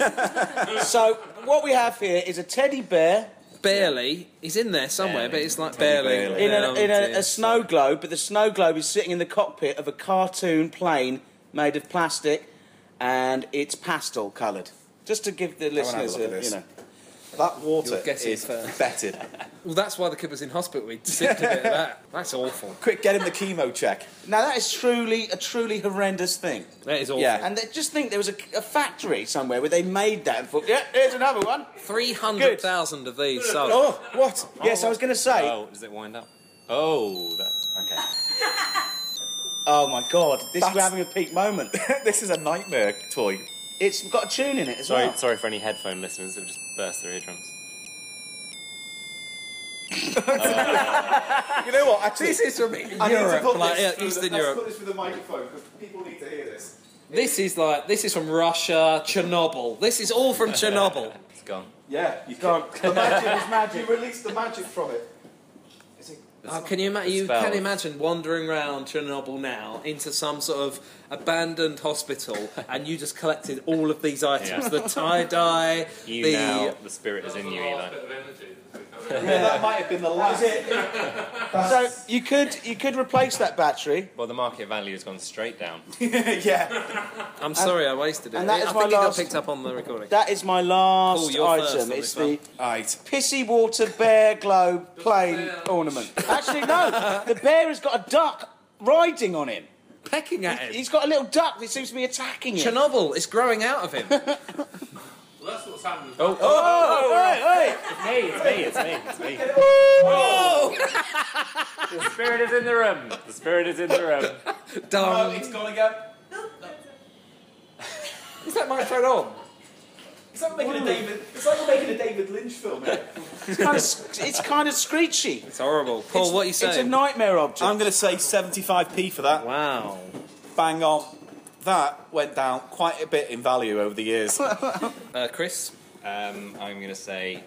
So what we have here is a teddy bear barely. He's in there somewhere, but it's like Teddy barely. Bailey. in, a, Oh, in a, dear. a snow globe, but the snow globe is sitting in the cockpit of a cartoon plane made of plastic, and it's pastel coloured. Just to give the wanna have a listeners, look at a, you this. know, That water You'll guess it is first. fetid. well, that's why the kid was in hospital. We sipped a bit of that. That's awful. Quick, get him the chemo check. now that is truly a truly horrendous thing. That is awful. Yeah. And they just think there was a, a factory somewhere where they made that and thought, yeah, here's another one. Three hundred thousand of these sold. Oh, what? Yes, I was going to say. Oh. oh, does it wind up? Oh, that's okay. oh my god, this is That's- we're having a peak moment. this is a nightmare toy. It's got a tune in it as Sorry, well. sorry for any headphone listeners that have just burst their eardrums. You know what? Actually, This is from I need to Europe, put like this yeah, through the- Eastern let's Europe. put this with a microphone because people need to hear this. This is like this is from Russia, Chernobyl. This is all from Chernobyl. It's gone. Yeah, you Go on. The magic is magic. You release the magic from it. Oh, can you, ima- you spell. can imagine wandering around Chernobyl now into some sort of abandoned hospital, and you just collected all of these items: Yeah. the tie dye, You the now, the spirit is in you, Last Eli. bit of energy. Yeah, that might have been the last. So you could you could replace that battery. Well, the market value has gone straight down. yeah. I'm sorry, I wasted it. and that is I my think it got last- picked up on the recording. That is my last Paul, you're first item. on it's this the one. Right. pissy water bear globe plane ornament. Actually, no. The bear has got a duck riding on him. Pecking at him. He's got a little duck that seems to be attacking him. Chernobyl is growing out of him. Well, that's what's happened. Oh, right, It's me, it's me, it's me. Oh! The spirit is in the room. The spirit is in the room. Dumb. it's gone again. is that microphone on? It's like making a David. It's like making a David Lynch film. It's kind of, sc- it's kind of screechy. It's horrible. Paul, what are you It's a saying? nightmare object. I'm going to say 75p for that. wow. Bang on. That went down quite a bit in value over the years. Uh, Chris? Um, I'm going to say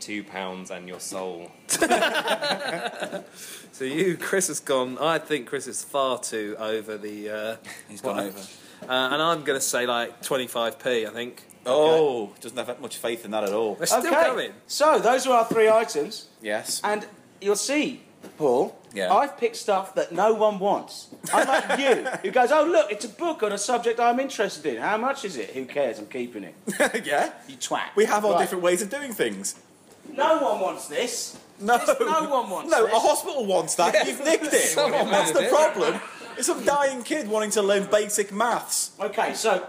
two pounds and your soul. So you, Chris has gone. I think Chris is far too over the. Uh, He's gone over. uh, and I'm going to say like 25p, I think. Oh, doesn't have that much faith in that at all. They're still going. So those are our three items, Yes. and you'll see, Paul. Yeah. I've picked stuff that no one wants. I'm like you, who goes, "Oh look, it's a book on a subject I'm interested in. How much is it? Who cares? I'm keeping it." yeah. You twat. We have our Right. different ways of doing things. No one wants this. No, This- no one wants No, this. a hospital wants that. You've nicked it. Someone That's the made it. problem. It's some dying kid wanting to learn basic maths. Okay, so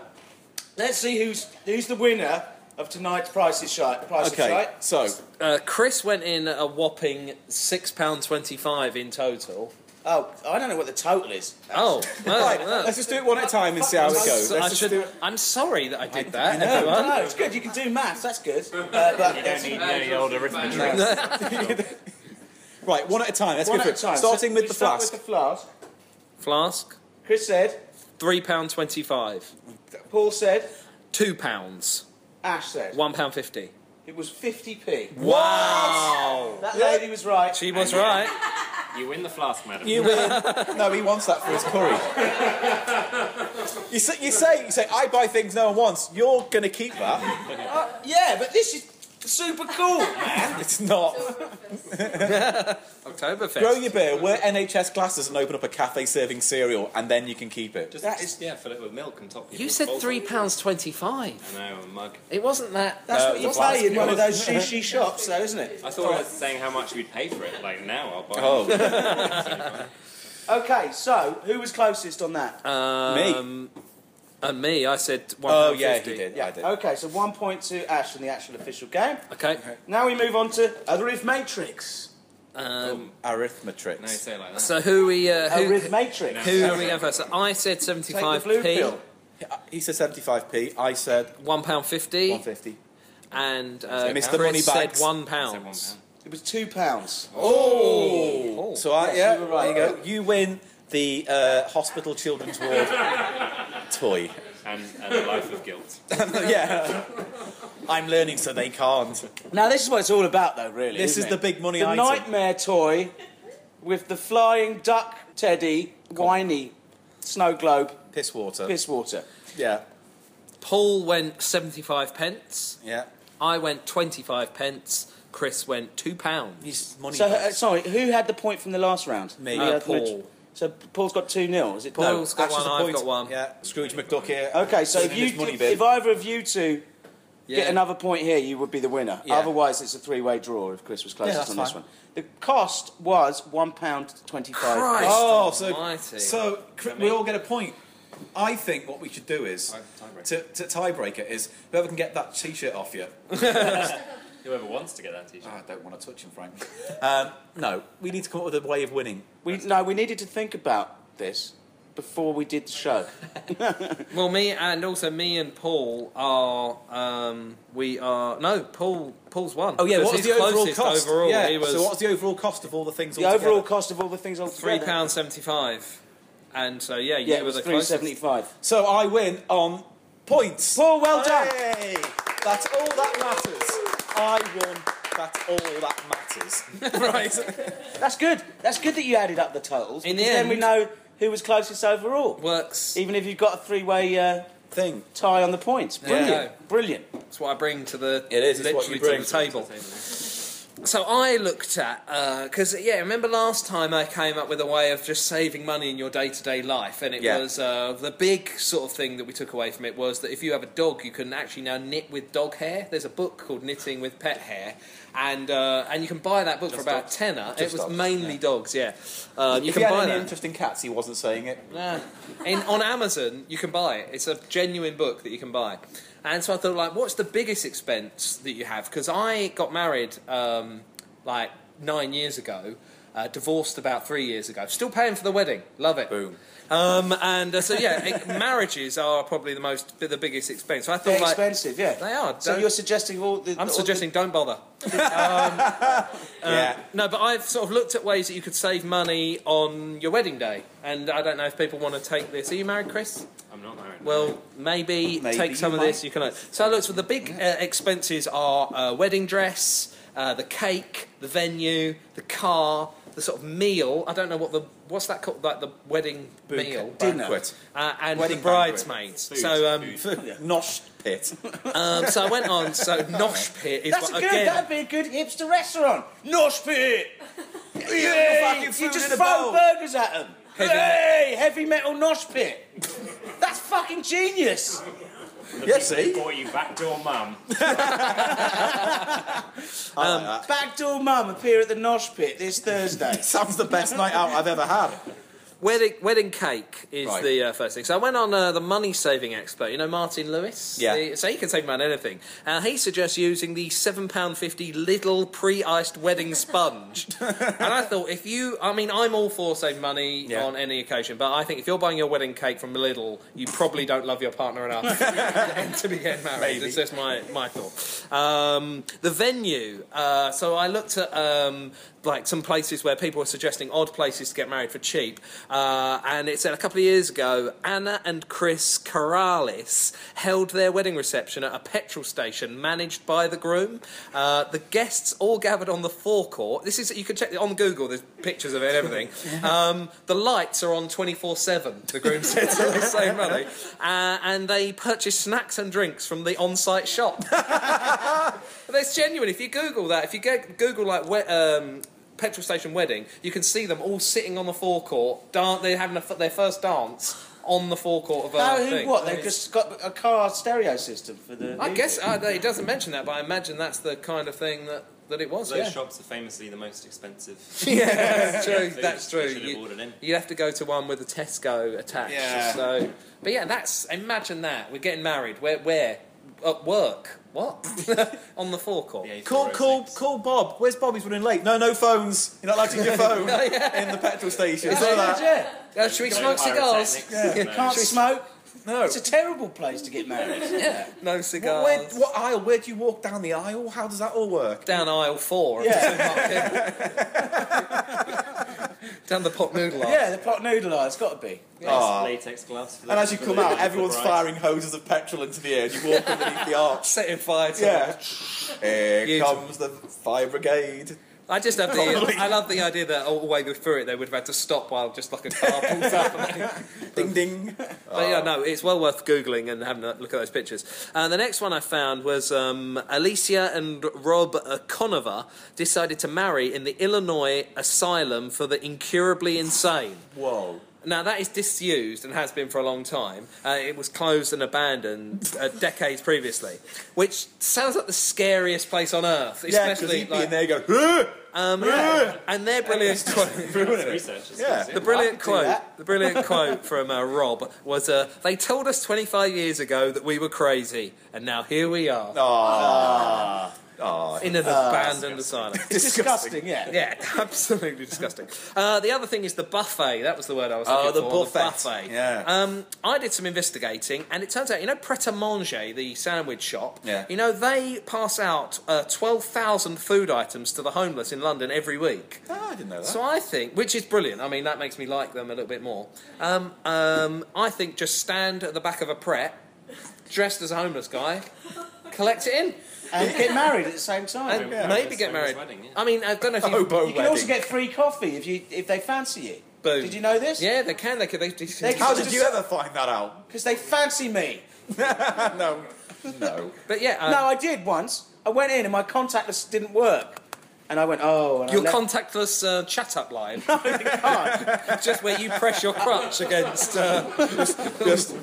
let's see who's who's the winner of tonight's Price is Right. Price is Okay, Right. so Uh, Chris went in a whopping six pound twenty-five in total. Oh, I don't know what the total is. Oh, well, right, well. let's just do it one at a time and see how it I'm goes. so- I Let's just should, do it. I'm sorry that I did that, No, no, everyone. it's good. You can do maths. That's good. Uh, but You don't need any old arithmetic. Right, one at a time. Let's one go at for a it. time. Starting So with we the start flask. With the flask. Flask, Chris said. three pound twenty-five. Paul said. Two pounds, Ash said. one pound fifty. It was 50p. Wow! That Yeah. lady was right. She was right. You win the flask, madam. You win. no, he wants that for his curry. you, say, you say, you say, I buy things no one wants. You're gonna keep that. Uh, Yeah, but this is super cool. It's not. Grow Oktoberfest. your beer, wear NHS glasses, and open up a cafe serving cereal, and then you can keep it. Just, That just, yeah, fill it with milk and top. You said three pounds twenty-five. I know, a mug. It wasn't that. That's Uh, what you the pay in basket. one of those shishi shops, though, isn't it? I thought I was saying how much we'd pay for it. Like now, I'll buy. Oh. it. Okay, so who was closest on that? Um, And me, I said one Oh pound yeah, fifty. he did. Yeah, I did. Okay, so one point to Ash in the actual official game. Okay. Now we move on to Arith Matrix. Um, Arithmetrics. No, say it like that. so who we uh, who, Arith Matrix. who are we going first? So I said Take the blue seventy-five pill. He said 75p. I said p, one pound fifty, 150. and uh, Mr. Chris Moneybags. said one I said pound. one pound. It was two pounds. Oh. So I, yeah, you were right. there you go. You win the uh, hospital children's ward toy. And, and a life of guilt. yeah. I'm learning so they can't. Now this is what it's all about, though. Really, This isn't is the it? big money The item. nightmare toy with the flying duck, Teddy, whiny, snow globe, Piss water. piss water. Yeah. Paul went seventy-five pence. Yeah. I went twenty-five pence. Chris went two pounds. He's money. So, uh, sorry, who had the point from the last round? Me. The Uh, Arith Matrix- Paul. So Paul's got two 0 Is it Paul? Paul's got one. I've got one. Yeah. Scrooge McDuck here. Oh, Okay, so if Sitting in you, his money if, bin. either of you two Yeah. get another point here, you would be the winner. Yeah. Otherwise, it's a three-way draw if Chris was closest that's on this fine. one. The cost was one pound twenty-five. Christ. Oh, so, Almighty. so cr- we all get a point. I think what we should do is Tie- tiebreaker. to, to tiebreaker is whoever can get that t-shirt off you. Whoever wants to get that t-shirt. Uh, Ah, I don't want to touch him, Frank. um, no, we need to come up with a way of winning. We, no, we needed to think about this before we did the show. Well, me and also me and Paul are um, we are no Paul. Paul's one. Oh yeah, Because what was the he's overall closest cost? Overall, yeah. he was So what's the overall cost of all the things? The altogether? overall cost of all the things three altogether. pound seventy-five, and so yeah, you Yeah, it were was the three closest. seventy-five. So I win on points. Paul, well done. Hey, That's all that matters. I won. That's all that matters. right. That's good. That's good that you added up the totals. In the because then we end- know who was closest overall. Works. Even if you've got a three-way uh, Thing. tie on the points, you brilliant, brilliant. That's what I bring to the. It is, it's literally what you bring to the table. So I looked at because yeah, remember last time I came up with a way of just saving money in your day-to-day life, and it Yeah. was uh, the big sort of thing that we took away from it was that if you have a dog, you can actually now knit with dog hair. There's a book called Knitting with Pet Hair, and uh, and you can buy that book for about a tenner. it was dogs, mainly dogs, yeah. Uh, you if can he had buy any that. interesting cats, he wasn't saying it. Nah. Ah. In, on Amazon, you can buy it. It's a genuine book that you can buy. And so I thought, like, what's the biggest expense that you have? Because I got married um, like nine years ago, uh, divorced about three years ago. Still paying for the wedding. Love it. Boom. Um, and uh, so yeah, it, marriages are probably the most the biggest expense. So I They're thought, like, expensive, yeah. they are. So Don't- you're suggesting all the. all I'm the- suggesting don't bother. yeah. No, but I've sort of looked at ways that you could save money on your wedding day, and I don't know if people want to take this. Are you married, Chris? I'm not married. Well, maybe, Maybe take some you of this. You can. So, look. So the big uh, expenses are uh, wedding dress, uh, the cake, the venue, the car, the sort of meal. I don't know what the what's that called? Like the wedding meal, Banquet. uh, and Wedding the bridesmaids. Food, So, um, food. Nosh pit. um, so I went on. So Nosh Pit is That's a what, good. again. That'd be a good hipster restaurant. Nosh pit. Yeah, Hey, you just throw burgers at them. Heavy hey, heavy metal nosh pit. That's fucking genius. Yeah, see? Bought you backdoor mum. I like that. Backdoor Mum appear at the Nosh Pit this Thursday. Sounds the best night out I've ever had. Wedding, wedding cake is Right. the uh, first thing. So I went on uh, the money saving expert. You know Martin Lewis. Yeah. The- so he can save about anything. Uh, he suggests using the seven pound fifty little pre-iced wedding sponge. and I thought if you, I mean, I'm all for saving money Yeah. on any occasion, but I think if you're buying your wedding cake from Lidl, you probably don't love your partner enough to be getting married. Maybe. It's just my my thought. Um, the venue. Uh, so I looked at um, like some places where people were suggesting odd places to get married for cheap, uh, and it said a couple of years ago, Anna and Chris Corrales held their wedding reception at a petrol station managed by the groom. Uh, the guests all gathered on the forecourt. This is you can check it on Google. There's pictures of it and everything. Um, the lights are on twenty four seven. The groom said to they save money, uh, and they purchased snacks and drinks from the on site shop. But That's genuine. If you Google that, if you go, Google like we, um, petrol station wedding, you can see them all sitting on the forecourt. Dan- they're having a f their first dance on the forecourt of a How, who, thing. what? They've just got a car stereo system for the. I guess uh, they- it doesn't mention that, but I imagine that's the kind of thing that, that it was. Those yeah. shops are famously the most expensive. yeah, that's true. They that's true. should have You, ordered in. you have to go to one with a Tesco attached. Yeah. So, but yeah, that's imagine that we're getting married. Where? Where? At work? What? on the forecourt. The Call, call, 8406. call Bob. Where's Bob? He's running late. No, no phones. You're not allowed to use your phone in the petrol station. Yeah. It's all that. Yeah. Uh, should we smoke cigars? Pyrotechnics. yeah. No. Can't smoke. No. It's a terrible place to get married. Yeah. No What, cigars. where, what aisle? Where do you walk down the aisle? How does that all work? Down aisle four. Down the pot noodle aisle. yeah, the pot noodle eye, it's got to be. Ah. Latex gloves. for And the- as you for come the- out, for the everyone's bride. firing hoses of petrol into the air. and You walk underneath the arch. Setting fire to Yeah. Here Beautiful. comes the fire brigade. I just have Probably. the. I love the idea that all the way through it they would have had to stop while just like a car pulls up. And they, Ding ding. But yeah, no, it's well worth googling and having a look at those pictures. Uh, the next one I found was um, Alicia and Rob uh, Conover decided to marry in the Illinois Asylum for the Incurably Insane. Whoa. Now that is disused and has been for a long time. Uh, it was closed and abandoned uh, decades previously, which sounds like the scariest place on earth. Yeah, because Especially he'd be in like, there going, "Huh?" um, and their brilliant quote. Researchers. Yeah. The brilliant do quote, that. the brilliant quote from uh, Rob was, uh, "They told us 25 years ago that we were crazy, and now here we are Aww. Aww. in an abandoned asylum." It's disgusting, yeah. Yeah, absolutely disgusting. Uh, the other thing is the buffet. That was the word I was Oh, looking the for. buffet. Yeah. Um, I did some investigating, and it turns out you know Pret a Manger, the sandwich shop. Yeah. You know they pass out uh, twelve thousand food items to the homeless in London every week. Ah, I didn't know that. So I think, which is brilliant. I mean, that makes me like them a little bit more. Um, um, I think just stand at the back of a Pret, dressed as a homeless guy, collect it in, And get married at the same time. and Yeah. Oh, maybe get Homeless married. wedding, yeah. I mean, I don't know if you Hobo you can wedding. also get free coffee if you if they fancy you. Boom. Did you know this? Oh. Yeah, they can. They can. They, they, They How did you ever find that out? Because they fancy me. no. No. But yeah, uh, no, I did once. I went in and my contactless didn't work. And I went, oh. And I your left- contactless uh, chat up line, card. just where you press your crutch against. Uh, Just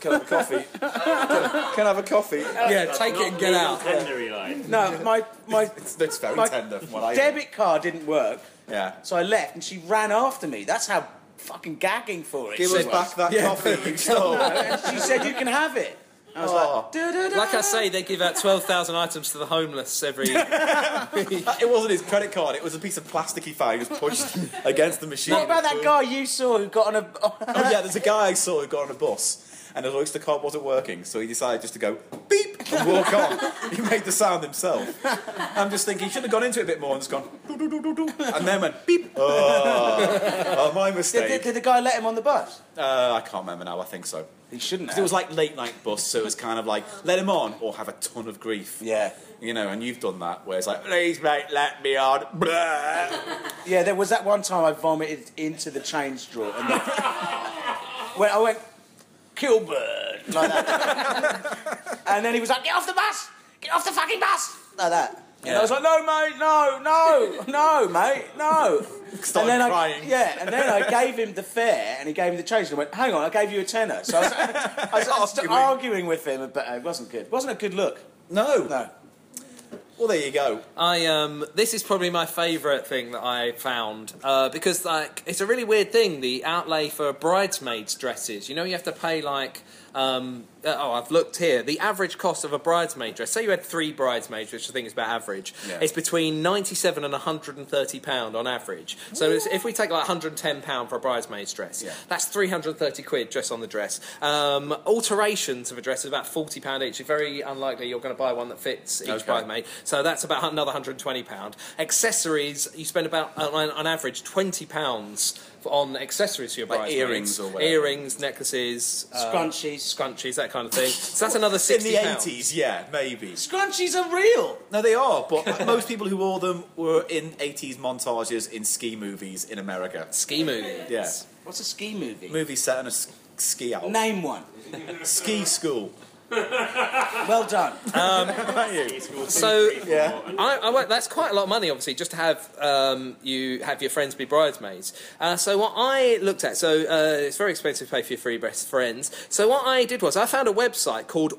can I have a coffee. can, can I have a coffee? yeah, take it and get out. Henry like. No, my, my It's, it's very My tender from what I debit card didn't work. Yeah. So I left and she ran after me. That's how fucking gagging for it. Give she us back that coffee you stole. was. And she said, you can have it. I was Oh. like, "Du-du-du." Like I say, they give out twelve thousand items to the homeless every. it wasn't his credit card, it was a piece of plastic he found. He was pushed against the machine. What about that guy you saw who got on a. oh yeah, there's a guy I saw who got on a bus and his oyster card wasn't working, so he decided just to go beep and walk on. he made the sound himself. I'm just thinking he should have gone into it a bit more and just gone doo doo doo doo doo and then went beep. Oh, oh, my Did, did, mistake. did the guy let him on the bus? Uh, I can't remember now. I think so. He shouldn't 'Cause It was like late night bus, so it was kind of like let him on or have a ton of grief. yeah. You know, and you've done that where it's like, please mate, let me on. Blah. Yeah, there was that one time I vomited into the change drawer. And then, when I went, Kilbert, like that. and then he was like, get off the bus! Get off the fucking bus! Like that. And I was like, no, mate, no, no, no, mate, no. Started and then crying. I, yeah, and then I gave him the fare, and he gave me the change. And I went, hang on, I gave you a tenner. So I was, I was arguing. with him, but it wasn't good. It wasn't a good look. No. No. Well, there you go. I um, this is probably my favourite thing that I found uh, because like it's a really weird thing the outlay for bridesmaids dresses. You know, you have to pay like um, uh, oh, I've looked here. The average cost of a bridesmaid dress. Say you had three bridesmaids, which I think is about average. Yeah. It's between ninety-seven and one hundred and thirty pound on average. So it's, if we take like one hundred and ten pound for a bridesmaid's dress, Yeah. that's three hundred and thirty quid dress on the dress. Um, alterations of a dress is about forty pound each. It's very unlikely you're going to buy one that fits each bridesmaid. So that's about another hundred and twenty pound. Accessories you spend about uh, on, on average twenty pounds on accessories for your Like bridesmaids. earrings or whatever. Earrings, necklaces, uh, Scrunchies. scrunchies, that kind of thing. So that's another In sixty the pounds. eighties, yeah, maybe. Scrunchies are real. No, they are, but most people who wore them were in eighties montages in ski movies in America. Ski movie. Yeah, What's a ski movie? movie set on a s- ski out, Name one. ski school. Well done. Thank you. So Yeah. I, I went, that's quite a lot of money, obviously, just to have um, you have your friends be bridesmaids. Uh, so what I looked at, so uh, it's very expensive to pay for your free best friends. So what I did was I found a website called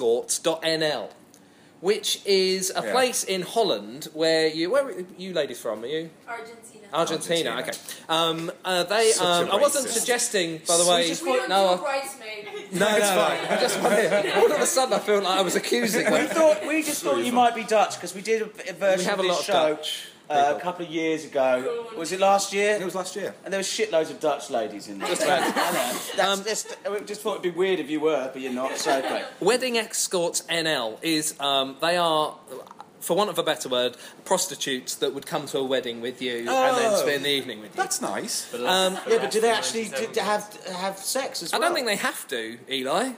WeddingEscorts.nl, which is a Yeah. place in Holland where you where are you ladies from? Are you Argentina. Argentina? Argentina. Okay. Um, uh, they. Such a Um, I wasn't racist. suggesting, by the We way. don't do no, I- bridesmaid. no, no, no. I just wondered- All of a sudden, I feel like I was accusing we them. thought we just thought you might be Dutch because we did a, a version We have a of this lot of show Dutch. uh, a couple of years ago. Was it last year? It was last year. And there were shitloads of Dutch ladies in there. That's Um, just, we just thought it'd be weird if you were, but you're not, so great. Wedding Escorts NL is um, they are. For want of a better word, prostitutes that would come to a wedding with you and then Oh. spend the evening with you. That's nice. Yeah, but do they actually d d- have have sex as I well? don't think they have to, Eli.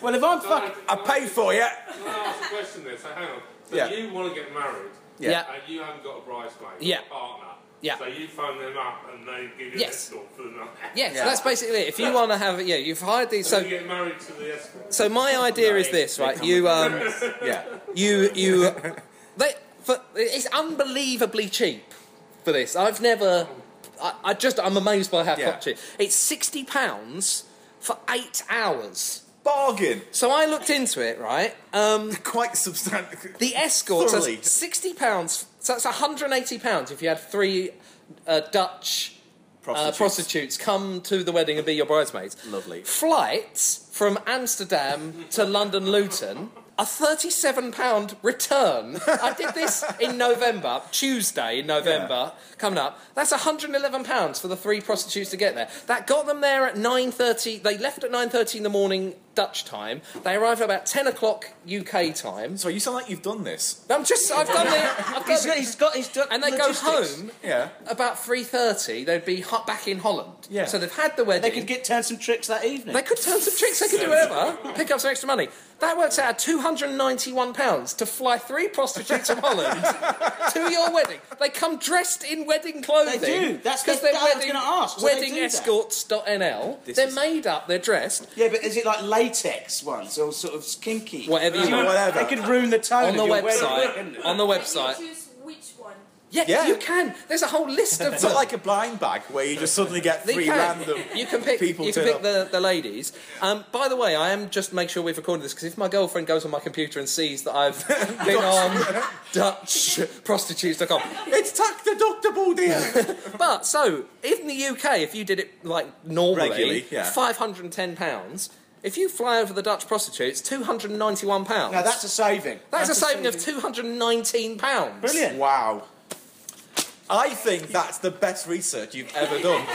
Well, if I'm fucking... I pay for you. Can I ask a question there? So hang on. So Yeah. you want to get married, Yeah. Yeah. and you haven't got a bridesmaid, Yeah. a partner. Yeah. So you phone them up and they give you Yes. an escort for the night. Yes, that's basically it. If you want to have, yeah, you've hired these. So you So, get married to the escort. so my idea is this, right? You, um, Yeah. you, you. They, for, it's unbelievably cheap for this. I've never. I, I just I'm amazed by how Yeah. cheap. It's sixty pounds for eight hours. Bargain. So I looked into it, right? Um, Quite uh, substantial. The escort so Thoroughly. it's sixty pounds. So that's one hundred and eighty pounds if you had three uh, Dutch uh, prostitutes come to the wedding and be your bridesmaids. Lovely. Flights from Amsterdam to London Luton. A thirty-seven pound return. I did this in November, Tuesday in November coming up. That's one hundred and eleven pounds for the three prostitutes to get there. That got them there at nine thirty. They left at nine thirty in the morning Dutch time. They arrived at about ten o'clock UK time. So you sound like you've done this. I'm just. I've done the. I've He's done got, he's got his Dutch and they logistics. go home Yeah. about three thirty. They'd be hot back in Holland. Yeah. So they've had the wedding. They could get turn some tricks that evening. They could turn some tricks. They could do whatever. Pick up some extra money. That works out at two hundred and ninety-one pounds to fly three prostitutes from Holland to your wedding. They come dressed in wedding clothing. They do. That's because the- I was gonna ask, do they do that? WeddingEscorts.nl. They're is- made up. They're dressed. Yeah, but is it like latex ones or sort of kinky? Whatever you want. Whatever. They could ruin the tone On the of your wedding. website. On the website. You choose which one. Yeah, Yeah. you can. There's a whole list of It's them. not like a blind bag where you just suddenly get They three can. random. You can pick. people you can turn pick the, the ladies. Um, by the way, I am just make sure we've recorded this because if my girlfriend goes on my computer and sees that I've been on DutchProstitutes.com, It's tax deductible, dear. but so in the UK, if you did it like normally, Regularly, yeah. five hundred and ten pounds. If you fly over the Dutch prostitutes, two hundred and ninety-one pounds. Now, that's a saving. that's a saving of two hundred and nineteen pounds. Brilliant. wow. I think that's the best research you've ever done.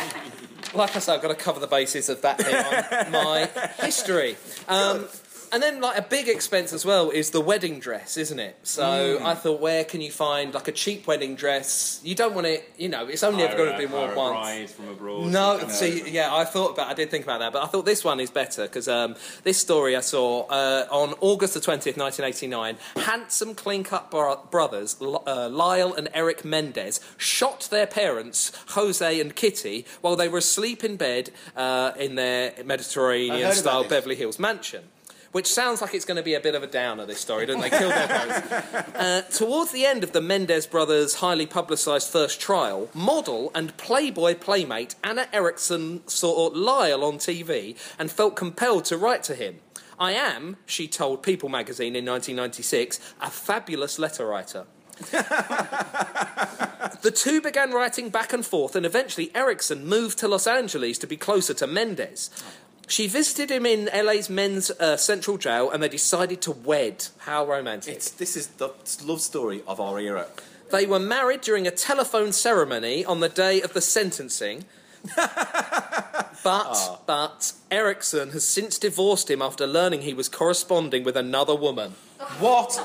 like I said, I've got to cover the bases of that thing on my history. Um, and then, like a big expense as well is the wedding dress, isn't it? So I thought, where can you find like a cheap wedding dress? You don't want it, you know. It's only ever going to be worn Hire a once. bride uh, from abroad. No, see, yeah, I thought about, I did think about that, but I thought this one is better because um, this story I saw uh, on August the twentieth, nineteen eighty-nine. Handsome, clean-cut bro- brothers L- uh, Lyle and Eric Mendez shot their parents, Jose and Kitty, while they were asleep in bed uh, in I their heard about Mediterranean-style this. Beverly Hills mansion. which sounds like it's going to be a bit of a downer, this story, don't they? Kill their parents. Uh, towards the end of the Mendez brothers' highly publicised first trial, model and Playboy playmate Anna Erickson saw Lyle on TV and felt compelled to write to him. I am, she told People magazine in 1996, a fabulous letter writer. The two began writing back and forth, and eventually Erickson moved to Los Angeles to be closer to Mendez. She visited him in LA's men's uh, central jail, and they decided to wed. How romantic! It's, this is the love story of our era. They were married during a telephone ceremony on the day of the sentencing. but but Erickson has since divorced him after learning he was corresponding with another woman. What?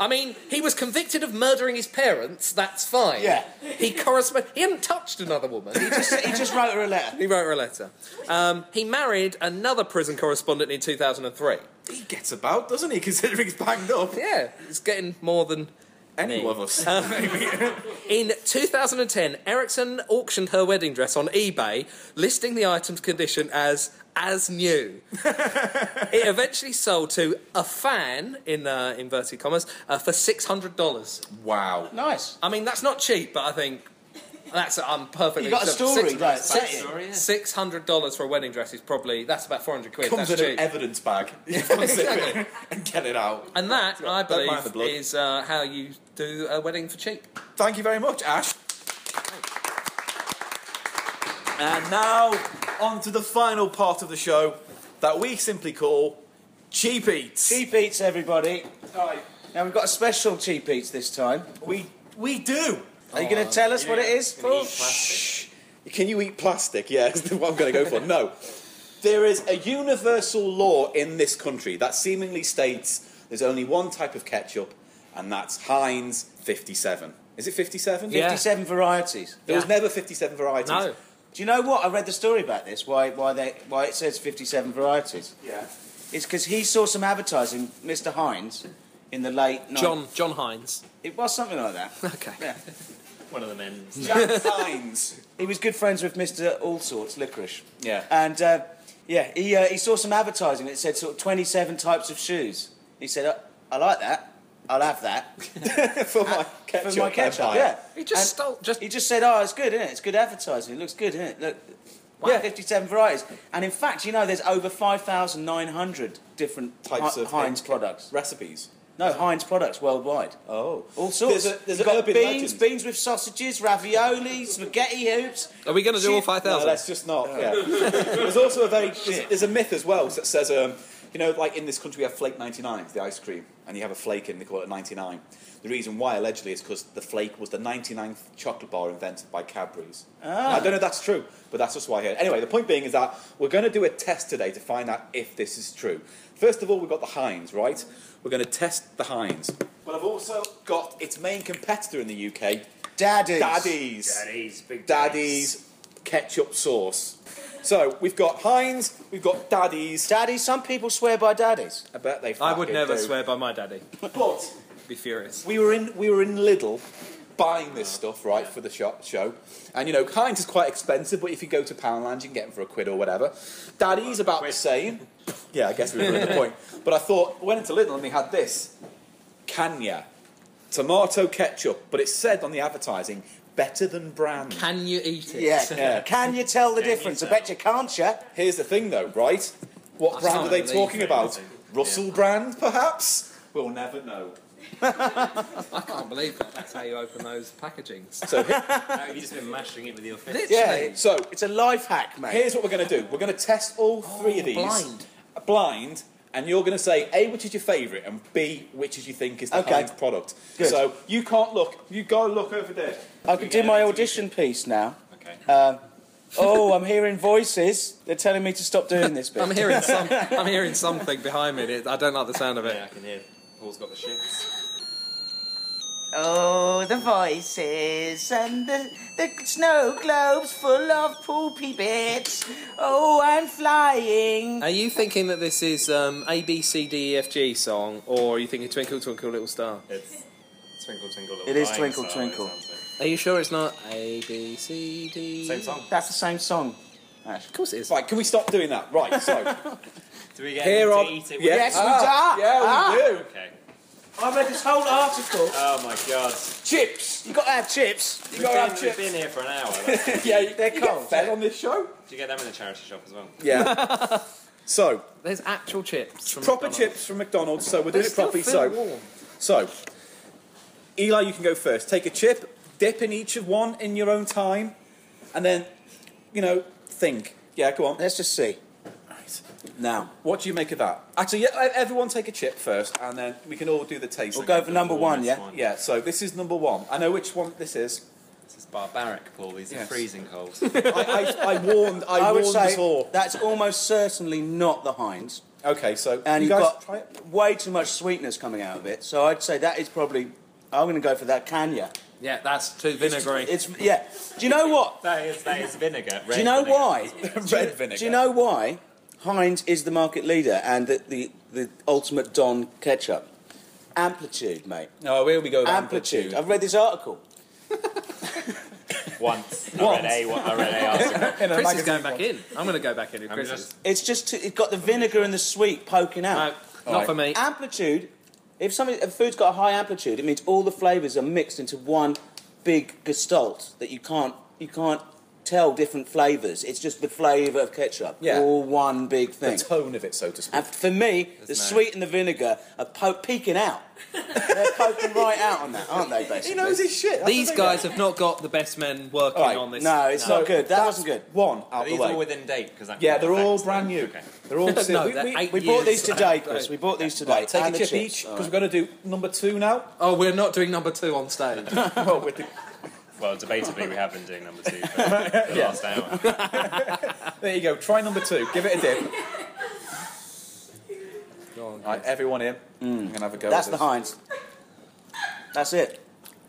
I mean, he was convicted of murdering his parents. That's fine. Yeah. He correspond. He hadn't touched another woman. He just he just wrote her a letter. He wrote her a letter. Um, he married another prison correspondent in 2003. He gets about, doesn't he? Considering he's banged up. Yeah, it's getting more than. Any of us. In 2010, Ericsson auctioned her wedding dress on eBay, listing the item's condition as as new. it eventually sold to a fan in uh, inverted commas uh, for six hundred dollars. wow. Nice. I mean, that's not cheap, but I think that's I'm perfectly. You got a story, right? set it. Six hundred dollars for a wedding dress is probably that's about four hundred quid. Comes that's in an cheap. evidence bag. You unzip exactly. it and get it out. And that, I Don't mind the believe, blood. is uh, how you do a wedding for cheap. Thank you very much, Ash. And now, on to the final part of the show that we simply call Cheap Eats. Cheap eats, everybody. Now we've got a special cheap eats this time. We, we do. Are you going to tell us what it is? Paul? Can you eat plastic? Yeah, is what I'm going to go for. No. There is a universal law in this country that seemingly states there's only one type of ketchup, and that's Heinz 57. Is it 57? Yeah. 57 varieties. There was never 57 varieties. No. Do you know what? I read the story about this. Why? Why they? Why it says fifty-seven varieties? Yeah. It's because he saw some advertising, Mr. Hines, in the late. nine- John John Hines. It was something like that. Okay. Yeah. One of the men. Jack Heinz. He was good friends with Mr. All Sorts Licorice. Yeah. And uh, yeah, he uh, he saw some advertising that said sort of twenty-seven types of shoes. He said, "Oh, "I, I like that. I'll have that for my ketchup. for my ketchup." empire. Yeah. He just And- stole. Just He just said, "Oh, it's good, isn't it? It's good advertising. It looks good, isn't it? Look, yeah, 57 varieties. And in fact, you know, there's over 5,900 different Types Hi- of Heinz Heinz. products. Recipes. No, Heinz products worldwide. Oh. All sorts. There's a, there's You've an got urban beans, legend. beans with sausages, ravioli, spaghetti hoops. are we going to do all She- five No, thousand? let's just not. Yeah. there's also a very there's, Shit. there's a myth as well that says um, you know like in this country we have flake 99s the ice cream and you have a flake in they call it 99. The reason why allegedly is because the flake was the 99th chocolate bar invented by Cadbury's. Now, I don't know if that's true, but that's just why I heard. Anyway, the point being is that we're going to do a test today to find out if this is true. First of all, we've got the Heinz, right? We're going to test the Heinz. But I've also got its main competitor in the UK, Daddies. Daddy's. Daddy's big Daddy's ketchup sauce. So we've got Heinz, we've got Daddy's. Daddies. Some people swear by daddies. I bet they. I would fucking never do. swear by my daddy. But Be furious. we were in we were in Lidl buying this Oh, stuff right for the shop show, and you know Heinz is quite expensive, but if you go to Poundland, you can get them for a quid or whatever. Daddy's about the same. Yeah, I guess we were the point. But I thought went into Lidl and they had this Canya tomato ketchup, but it said on the advertising better than brand. Can you eat it? Yeah. Yeah. Can you tell the difference? I bet you can't, you. Here's the thing, though, right? What brand are can't they believe talking it. about? Russell brand, perhaps? We'll never know. I can't believe that. That's how you open those packagings. So, he- Have you just been mashing it with your fist? yeah. So It's a life hack, mate. here's what we're going to do. We're going to test all three of these Oh, blind. blind, and you're going to say a which is your favourite, and b which is you think is the Okay. Heinz product. Good. So you can't look. You go look over there. I could do my audition piece now. Okay. Uh, Um, oh, I'm hearing voices. They're telling me to stop doing this bit. I'm hearing some. I'm hearing something behind me. It- I don't like the sound of it. Yeah, I can hear. Paul's got the shits. Oh, the voices and the, the snow globes full of poopy bits. Oh, I'm flying. Are you thinking that this is um, A B C D E F G song, or are you thinking Twinkle Twinkle Little Star? It's twinkle twinkle little. It is Lights, Twinkle, oh, it Twinkle. sounds like- Are you sure it's not A B C D? Same song. That's the same song. Ash. Of course it is. Right, can we stop doing that? Right, so. Do we get Here to are- eat it? yeah. Ah, Yes, we do. Ah. yeah, we do. Okay. I read this whole article. Oh my god. Chips. You got to have chips. We've You got to been, have we've chips. been here for an hour. That's- Yeah, you, They're you get cold, fed on this show? Do you get them in the charity shop as well? Yeah. so, There's actual chips. From proper McDonald's. chips from McDonald's, so we're They doing it still properly. feel So, warm. so, Eli, you can go first. Take a chip, dip in each of one in your own time, and then, you know, think. Yeah, go on. Let's just see. Now, What do you make of that? Actually, yeah, e- everyone take a chip first, and then we can all do the taste. we'll go for number one, yeah? Yeah, so this is number one. I know which one this is. This is barbaric, Paul. These are Yes. freezing cold. I, I, I warned. I, I would warned say us all. that's almost certainly not the Heinz. Okay, so And you you've guys got try it. way too much sweetness coming out of it. So I'd say that is probably. I'm going to go for that Canya. Yeah, that's too vinegary. It's yeah. Do you know what? that is that is vinegar. Do you know vinegar. why? Red vinegar. Do you know why Heinz is the market leader and the the, the ultimate Don ketchup? Amplitude, mate. No, here we go. with Amplitude. I've read this article. Once. I read a, I read a article. In a Chris is magazine going back in. I'm going to go back in. with I'm Chris just- is. It's just too, it's got the vinegar and the sweet poking No, out. not for me. Uh, Amplitude. If something if food's got a high amplitude, it means all the flavours are mixed into one big gestalt that you can't you can't tell different flavours. It's just the flavour of ketchup. Yeah. All one big the thing. tone of it, so to speak. And for me, the no- sweet and the vinegar are po- peeking out. They're poking right out on that, aren't they? Basically, He knows his shit. that's These the thing. guys have not got the best men working Alright, on this. no, it's So not good. That that's wasn't good. One out Are the these all way. within date? Because Yeah, they're all brand new. Okay. They're all. No, we- they're we- eight we We bought years. these today, Chris. We bought these today. Take And a the chip chips. each because we're going to do number two now. Oh, we're not doing number two on stage. Oh, with the, Well, debatably, we have been doing number two for the last hour. there you go. Try number two. Give it a dip. Right, everyone in. I'm gonna have a go. That's at the this. Heinz. That's it.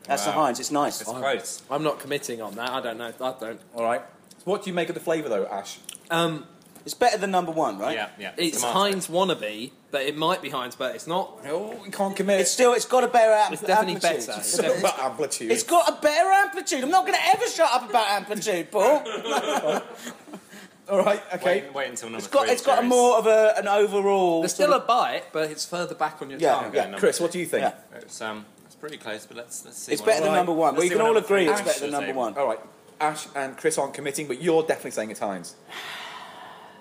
That's the Wow. Heinz. It's nice. It's close. I'm not committing on that. I don't know. I don't. All right. So what do you make of the flavour though, Ash? Um, It's better than number one, right? Yeah, yeah. it's Tomato. Heinz wannabe, but it might be Heinz, but it's not. Oh, we can't commit. It's still. It's got a better am- It's definitely amplitude. better. It's not about amplitude. It's got a better amplitude. I'm not going to ever shut up about amplitude, Paul. all right. Okay. Wait, wait until number It's got. three. It's got a Jerry's. more of a, an overall. There's sort still a of- bite, but it's further back on your Yeah, tongue. Okay, yeah. number Chris, two. what do you think? Yeah. It's, um, it's pretty close, but let's let's see. It's what- better than Alright. number one. Let's We see can what all number agree three it's is. better than Let's number see. one. All right. Ash and Chris aren't committing, but you're definitely saying it's Heinz.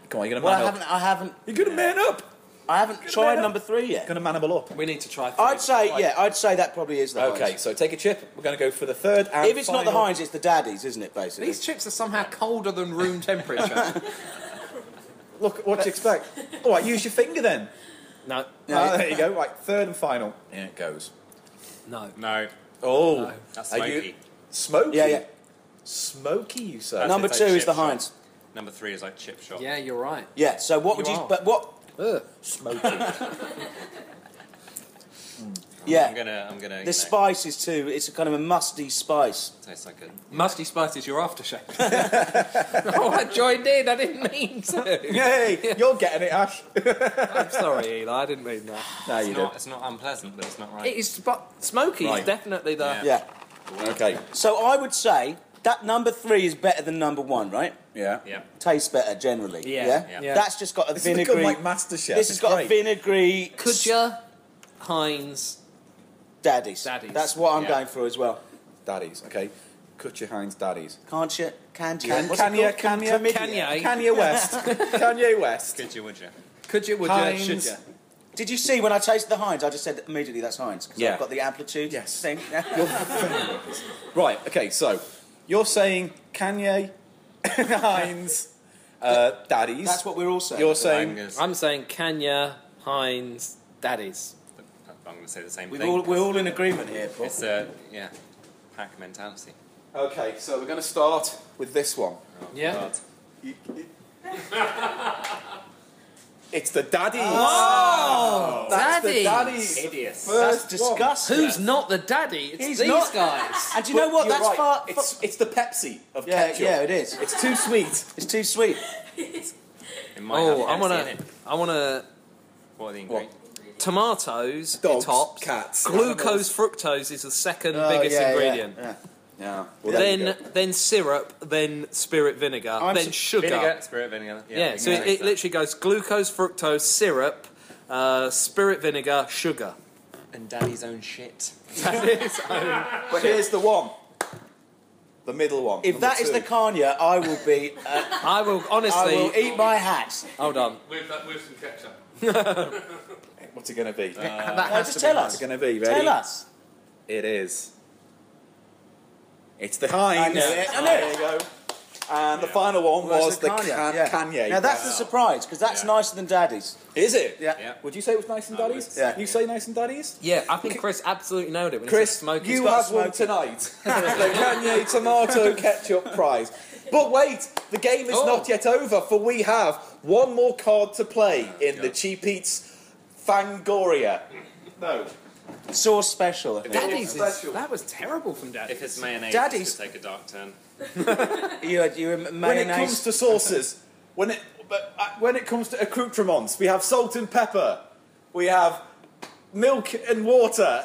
Come on, you're gonna Well, man I up. haven't. I haven't. You're gonna man up. I haven't man tried up. number three yet. Gonna man 'em all up. We need to try. Three. I'd say, yeah, I'd say that probably is the Okay, Heinz. so take a chip. We're going to go for the third and If it's not the final- Heinz, it's the Daddies, isn't it? Basically, These chips are somehow colder than room temperature. Look, what do you expect? All right, use your finger then. no, No. Ah, there you go. Right, third and final. In it goes. no. No, Oh, that's Are smoky. you- smoky. Yeah, yeah. Smoky, you say? That's number it, two like is the chip shop. Heinz. Number three is like chip shop. Yeah, you're right. Yeah. So what would You you? are. But what? Ugh. Smoky. Yeah. I'm gonna, I'm gonna. you know, The spice is too. It's a kind of a musty spice. tastes like a Musty spice is your aftershave. oh, I joined in. I didn't mean to. Yay! You're getting it, Ash. I'm sorry, Eli. I didn't mean that. No, you It's not, did. it's not unpleasant, but it's not right. It is but smoky. is Right. definitely the. Yeah. Yeah. Okay. So I would say that number three is better than number one, right? Yeah. yeah. Tastes better generally. Yeah, yeah. That's just got a This has vinegary. become like MasterChef. this has It's got great. a vinegary. Could you, Heinz? Daddies. Daddies. That's what I'm Yeah. going for as well. Daddies. Okay. Cut your Heinz daddies. Can't you? Can you? Can- What's it Kanye, called? Kanye, Chlamydia. Kanye. Kanye West. Kanye West. Could you? Would you? Could you? Would you? Should Heinz. you? Did you see when I tasted the Heinz? I just said immediately that's Heinz because Yeah. I've got the amplitude Yes. thing. Right, okay, so you're saying Kanye, Heinz, uh, daddies. that's what we're all saying. you're I'm saying. gonna, s- I'm saying Kenya, Heinz, Daddies. I'm gonna say the same We've thing. all, we're all in agreement here, Paul. It's a yeah, pack mentality. Okay, so we're going to start with this one. Yeah. God. It's the daddies. That's the daddies. Hideous. That's First one. disgusting. Who's not the daddy? It's He's these not. guys. And do you But know what? you're That's right, far. It's, it's the Pepsi of yeah, ketchup. yeah, it is. It's too sweet. It's too sweet. It might Oh, have I Pepsi want in to. it. I want to. What are the ingredients? Tomatoes, Dogs, tops, cats, glucose fructose is the second Oh, biggest yeah, yeah, ingredient. yeah. Yeah. Well, there you then go. then syrup, then spirit vinegar, Oh, I'm then su- sugar. Vinegar, spirit vinegar. Yeah, Yeah, so it, it exactly. literally goes glucose, fructose, syrup, uh, spirit vinegar, sugar. And daddy's own shit. But here's the one. The middle one. If that is the Kanya, I will be. I will I honestly. will eat my hat. Hold on. With, that, with some ketchup. What's it going to be? No, just tell What's us. it going to be? Ready? Tell us. It is. It's the Heinz. I know it, I know There it. you go. And the final one was, the, Kanye. Can- yeah. Kanye. Now that's the surprise because that's nicer than Daddy's. Is it? Yeah. Yeah. Would you say it was nice and daddies? Yeah. You say nice and daddies? Yeah, I think Chris absolutely nailed it when he Chris, said smoking. you got have smoking. one tonight. the Kanye tomato ketchup prize. But wait, the game is Oh. not yet over, for we have one more card to play in the Cheap Eats Fangoria. No. Sauce special. I think. Daddy's is, that was terrible from Daddy. If it's mayonnaise, Daddy's- Daddy's could take a dark turn. You had you had When it comes mayonnaise. to sauces, when it but, uh, when it comes to accoutrements, we have salt and pepper, we have milk and water,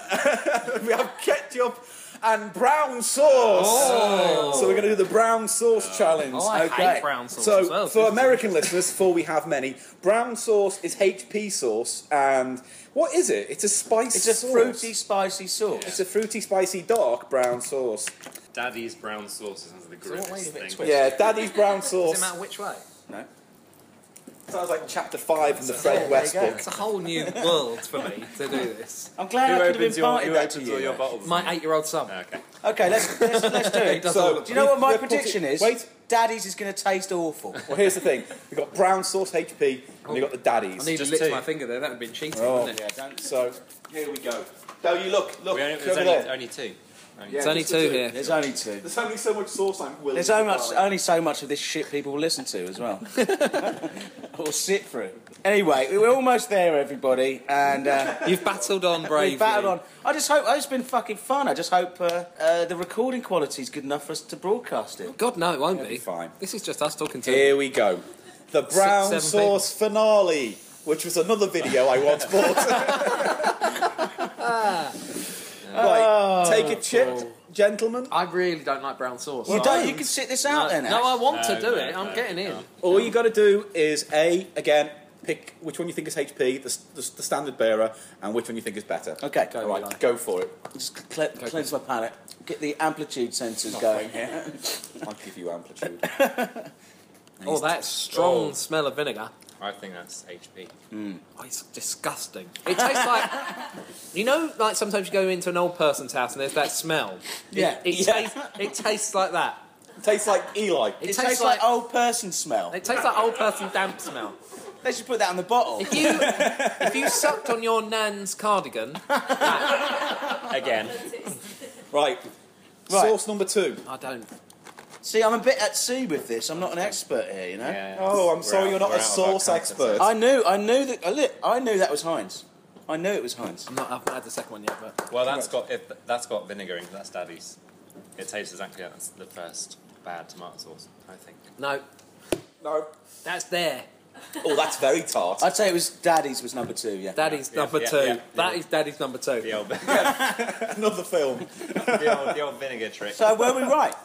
we have ketchup and brown sauce. So we're going to do the brown sauce challenge. Oh, I okay. hate brown sauce So as well. for American listeners, for we have many, brown sauce is HP sauce, and what is it? It's a spicy. It's a sauce. fruity, spicy sauce. It's a fruity, spicy, dark brown sauce. Daddy's brown sauce is the wait a grimmest minute, thing. twist. Yeah, Daddy's brown Does it sauce. matter which way? Sounds like chapter five in the there Fred you West go. book. It's a whole new world for me to do this. I'm glad I could have your, imparted who that to opens all you. your bottles? My eight-year-old son. Okay. Okay, let's let's, let's do it. does So, all- do you know what my we've put it- prediction is? wait. Daddy's is going to taste awful. Well, here's the thing: we've got brown sauce HP, and you've got the I daddies. nearly Just licked two. my finger there. That would have been cheating, Oh. wouldn't it? So here we go. Now you look, look We only, there's over only, there. only two. Only It's only just the two here. There's only two. There's only so much sauce I'm willing. There's to so much, try. only so much of this shit people will listen to as well, or sit through. Anyway, we're almost there, everybody, and uh, You've battled on bravely. we've battled on. I just hope oh, it's been fucking fun. I just hope uh, uh, the recording quality is good enough for us to broadcast it. God, no, it won't be. be fine. This is just us talking to Here we go. The brown seven sauce finale, which was another video I once bought. right, take a chip, gentlemen. I really don't like brown sauce. You don't. You can sit this out then. No, I want to No, do no, it. I'm no, getting in. All you got to do is a again pick which one you think is HP, the, s- the, s- the standard bearer, and which one you think is better. Okay, All right, go for it. just cle- cleanse my palate. Get the amplitude sensors going here. I'll give you amplitude. Oh, that strong smell of vinegar. two. I think that's HP. Oh, it's disgusting. It tastes like you know, like sometimes you go into an old person's house and there's that smell. Yeah, It Yeah. tastes. It tastes like that. Tastes like Eli. It, It, tastes, like, old person smell. It tastes like old person damp smell. They should put that on the bottle. If you if you sucked on your nan's cardigan, Again. Right. Right. Source number two. I don't. See, I'm a bit at sea with this. I'm not an expert here, you know. Yeah. Oh, I'm We're sorry out- you're not we're a out of our source comfort expert. zone. I knew, I knew that. I Look, I knew that was Heinz. I knew it was Heinz. I'm not. I haven't had the second one yet, but Well, that's got if, that's got vinegar in it. That's daddy's. It tastes exactly like the first bad tomato sauce. I think. no, No. that's there. Oh, that's very tart. I'd say it was Daddy's was number two. Yeah. Daddy's Yeah, number yeah, two. That yeah, is yeah. Daddy's number two. The old, Another film. the old, the old vinegar trick. So were we right?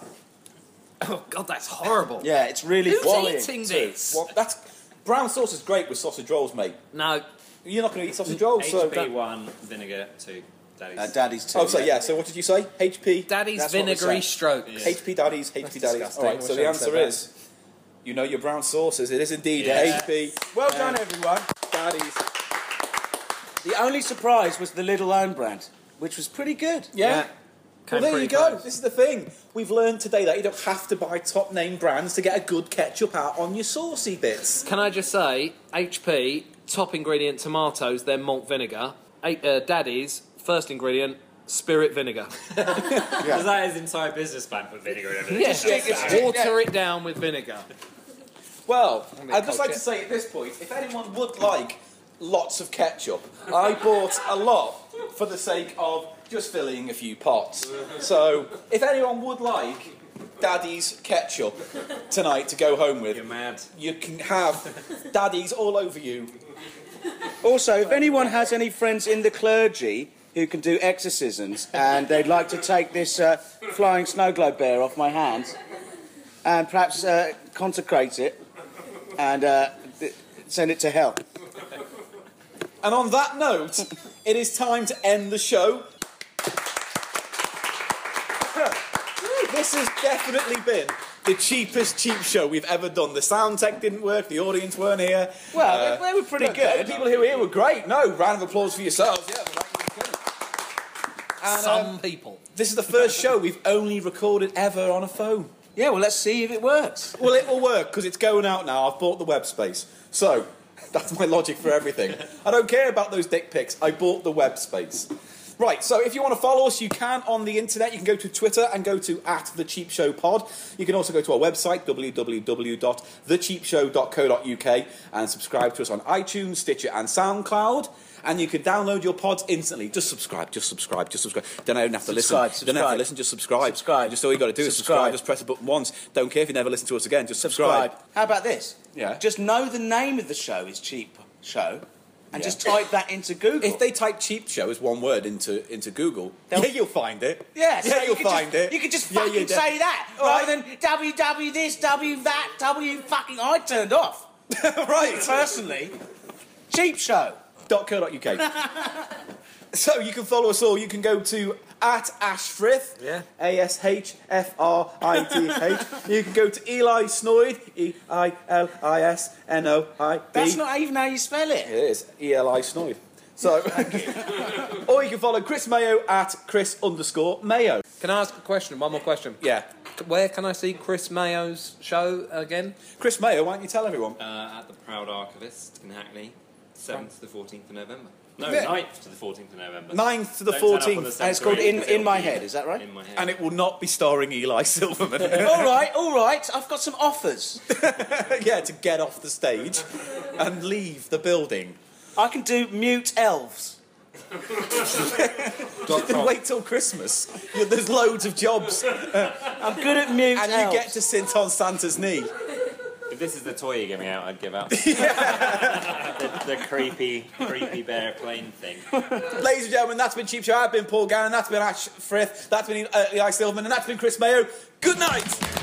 Oh God, that's horrible. Yeah, it's really Who's worrying. eating this? Well, that's brown sauce is great with sausage rolls, mate. No, You're not going to eat sausage rolls, so. HP one, vinegar two, daddy's. Uh, Daddy's two. Oh, so yeah. So what did you say? HP. Daddy's That's what we vinegary said. strokes. Yeah. HP daddies. HP daddies. disgusting. All right. So Wish the I'd said answer that. is, you know your brown sauces. It is indeed a Yes. HP Well done, everyone. daddies. Um, The only surprise was the Little Own brand, which was pretty good. Yeah. well, Came there pretty you go. close. This is the thing. We've learned today that you don't have to buy top name brands to get a good ketchup out on your saucy bits. Can I just say, HP top ingredient tomatoes, then malt vinegar. Eight, uh, Daddy's first ingredient spirit vinegar. Because that is entire business plan for vinegar and everything. water it down with vinegar. Well, I'd just culture. like to say at this point, if anyone would like lots of ketchup, I bought a lot for the sake of just filling a few pots. So, if anyone would like Daddy's ketchup tonight to go home You're with, mad. you can have Daddy's all over you. Also, if anyone has any friends in the clergy who can do exorcisms, and they'd like to take this uh, flying snow globe bear off my hands and perhaps uh, consecrate it and uh, th- send it to hell. And on that note, it is time to end the show. this has definitely been the cheapest cheap show we've ever done. The sound tech didn't work, the audience weren't here. Well, they, they were pretty Look, good. The people who were here were great. No, round of applause for yourselves. Yeah, and, um, Some people. this is the first show we've only recorded ever on a phone. Yeah, well, let's see if it works. Well, it will work because it's going out now. I've bought the web space. So that's my logic for everything. I don't care about those dick pics. I bought the web space. Right, so if you want to follow us, you can on the internet. You can go to Twitter and go to at The Cheap Show Pod. You can also go to our website, www.thecheapshow.co.uk, and subscribe to us on iTunes, Stitcher, and SoundCloud. And you can download your pods instantly. Just subscribe, just subscribe, just subscribe. Then I don't have to Subscribe, listen. Don't have to subscribe. listen, just subscribe. Subscribe. Just all you got to do is subscribe. Subscribe. Just press a button once. Don't care if you never listen to us again. Just subscribe. Subscribe. How about this? Yeah. Just know the name of the show is Cheap Show, and just type that into Google. If they type "cheap show" as one word into into Google, They'll- yeah, you'll find it. Yeah, yeah, you you'll could find just, it. You could just Yeah, fucking you're dead. say that All rather than W W this, W that, W fucking I turned off. right. Personally, cheap show. .co.uk. so you can follow us all. You can go to at Ashfrith. Yeah. A S H F R I T H. You can go to Eli Snoid. E I L I S N O I D. That's not even how you spell it. It is E L I Snoid. So, or you can follow Chris Mayo at Chris underscore Mayo. Can I ask a question? One more question. Yeah. Where can I see Chris Mayo's show again? Chris Mayo, why don't you tell everyone? Uh, at the Proud Archivist in Hackney, 7th to the 14th of November. No, Yeah. 9th to the 14th of November. 9th to the Don't turn up on 14th. the And it's called 7th or in, 8th, 'cause in My it'll be Head, is that right? In my head. And it will not be starring Eli Silverman. all right, all right. I've got some offers. yeah, to get off the stage and leave the building. I can do mute elves. Then wait till Christmas. You- There's loads of jobs, and I'm good at mute you elves. get to sit on Santa's knee. If this is the toy you're giving out, I'd give out the, the creepy, creepy bear plane thing. Ladies and gentlemen, that's been Cheap Show. I've been Paul Gannon. That's been Ash Frith. That's been uh, Eli Silverman, and that's been Chris Mayo. Good night.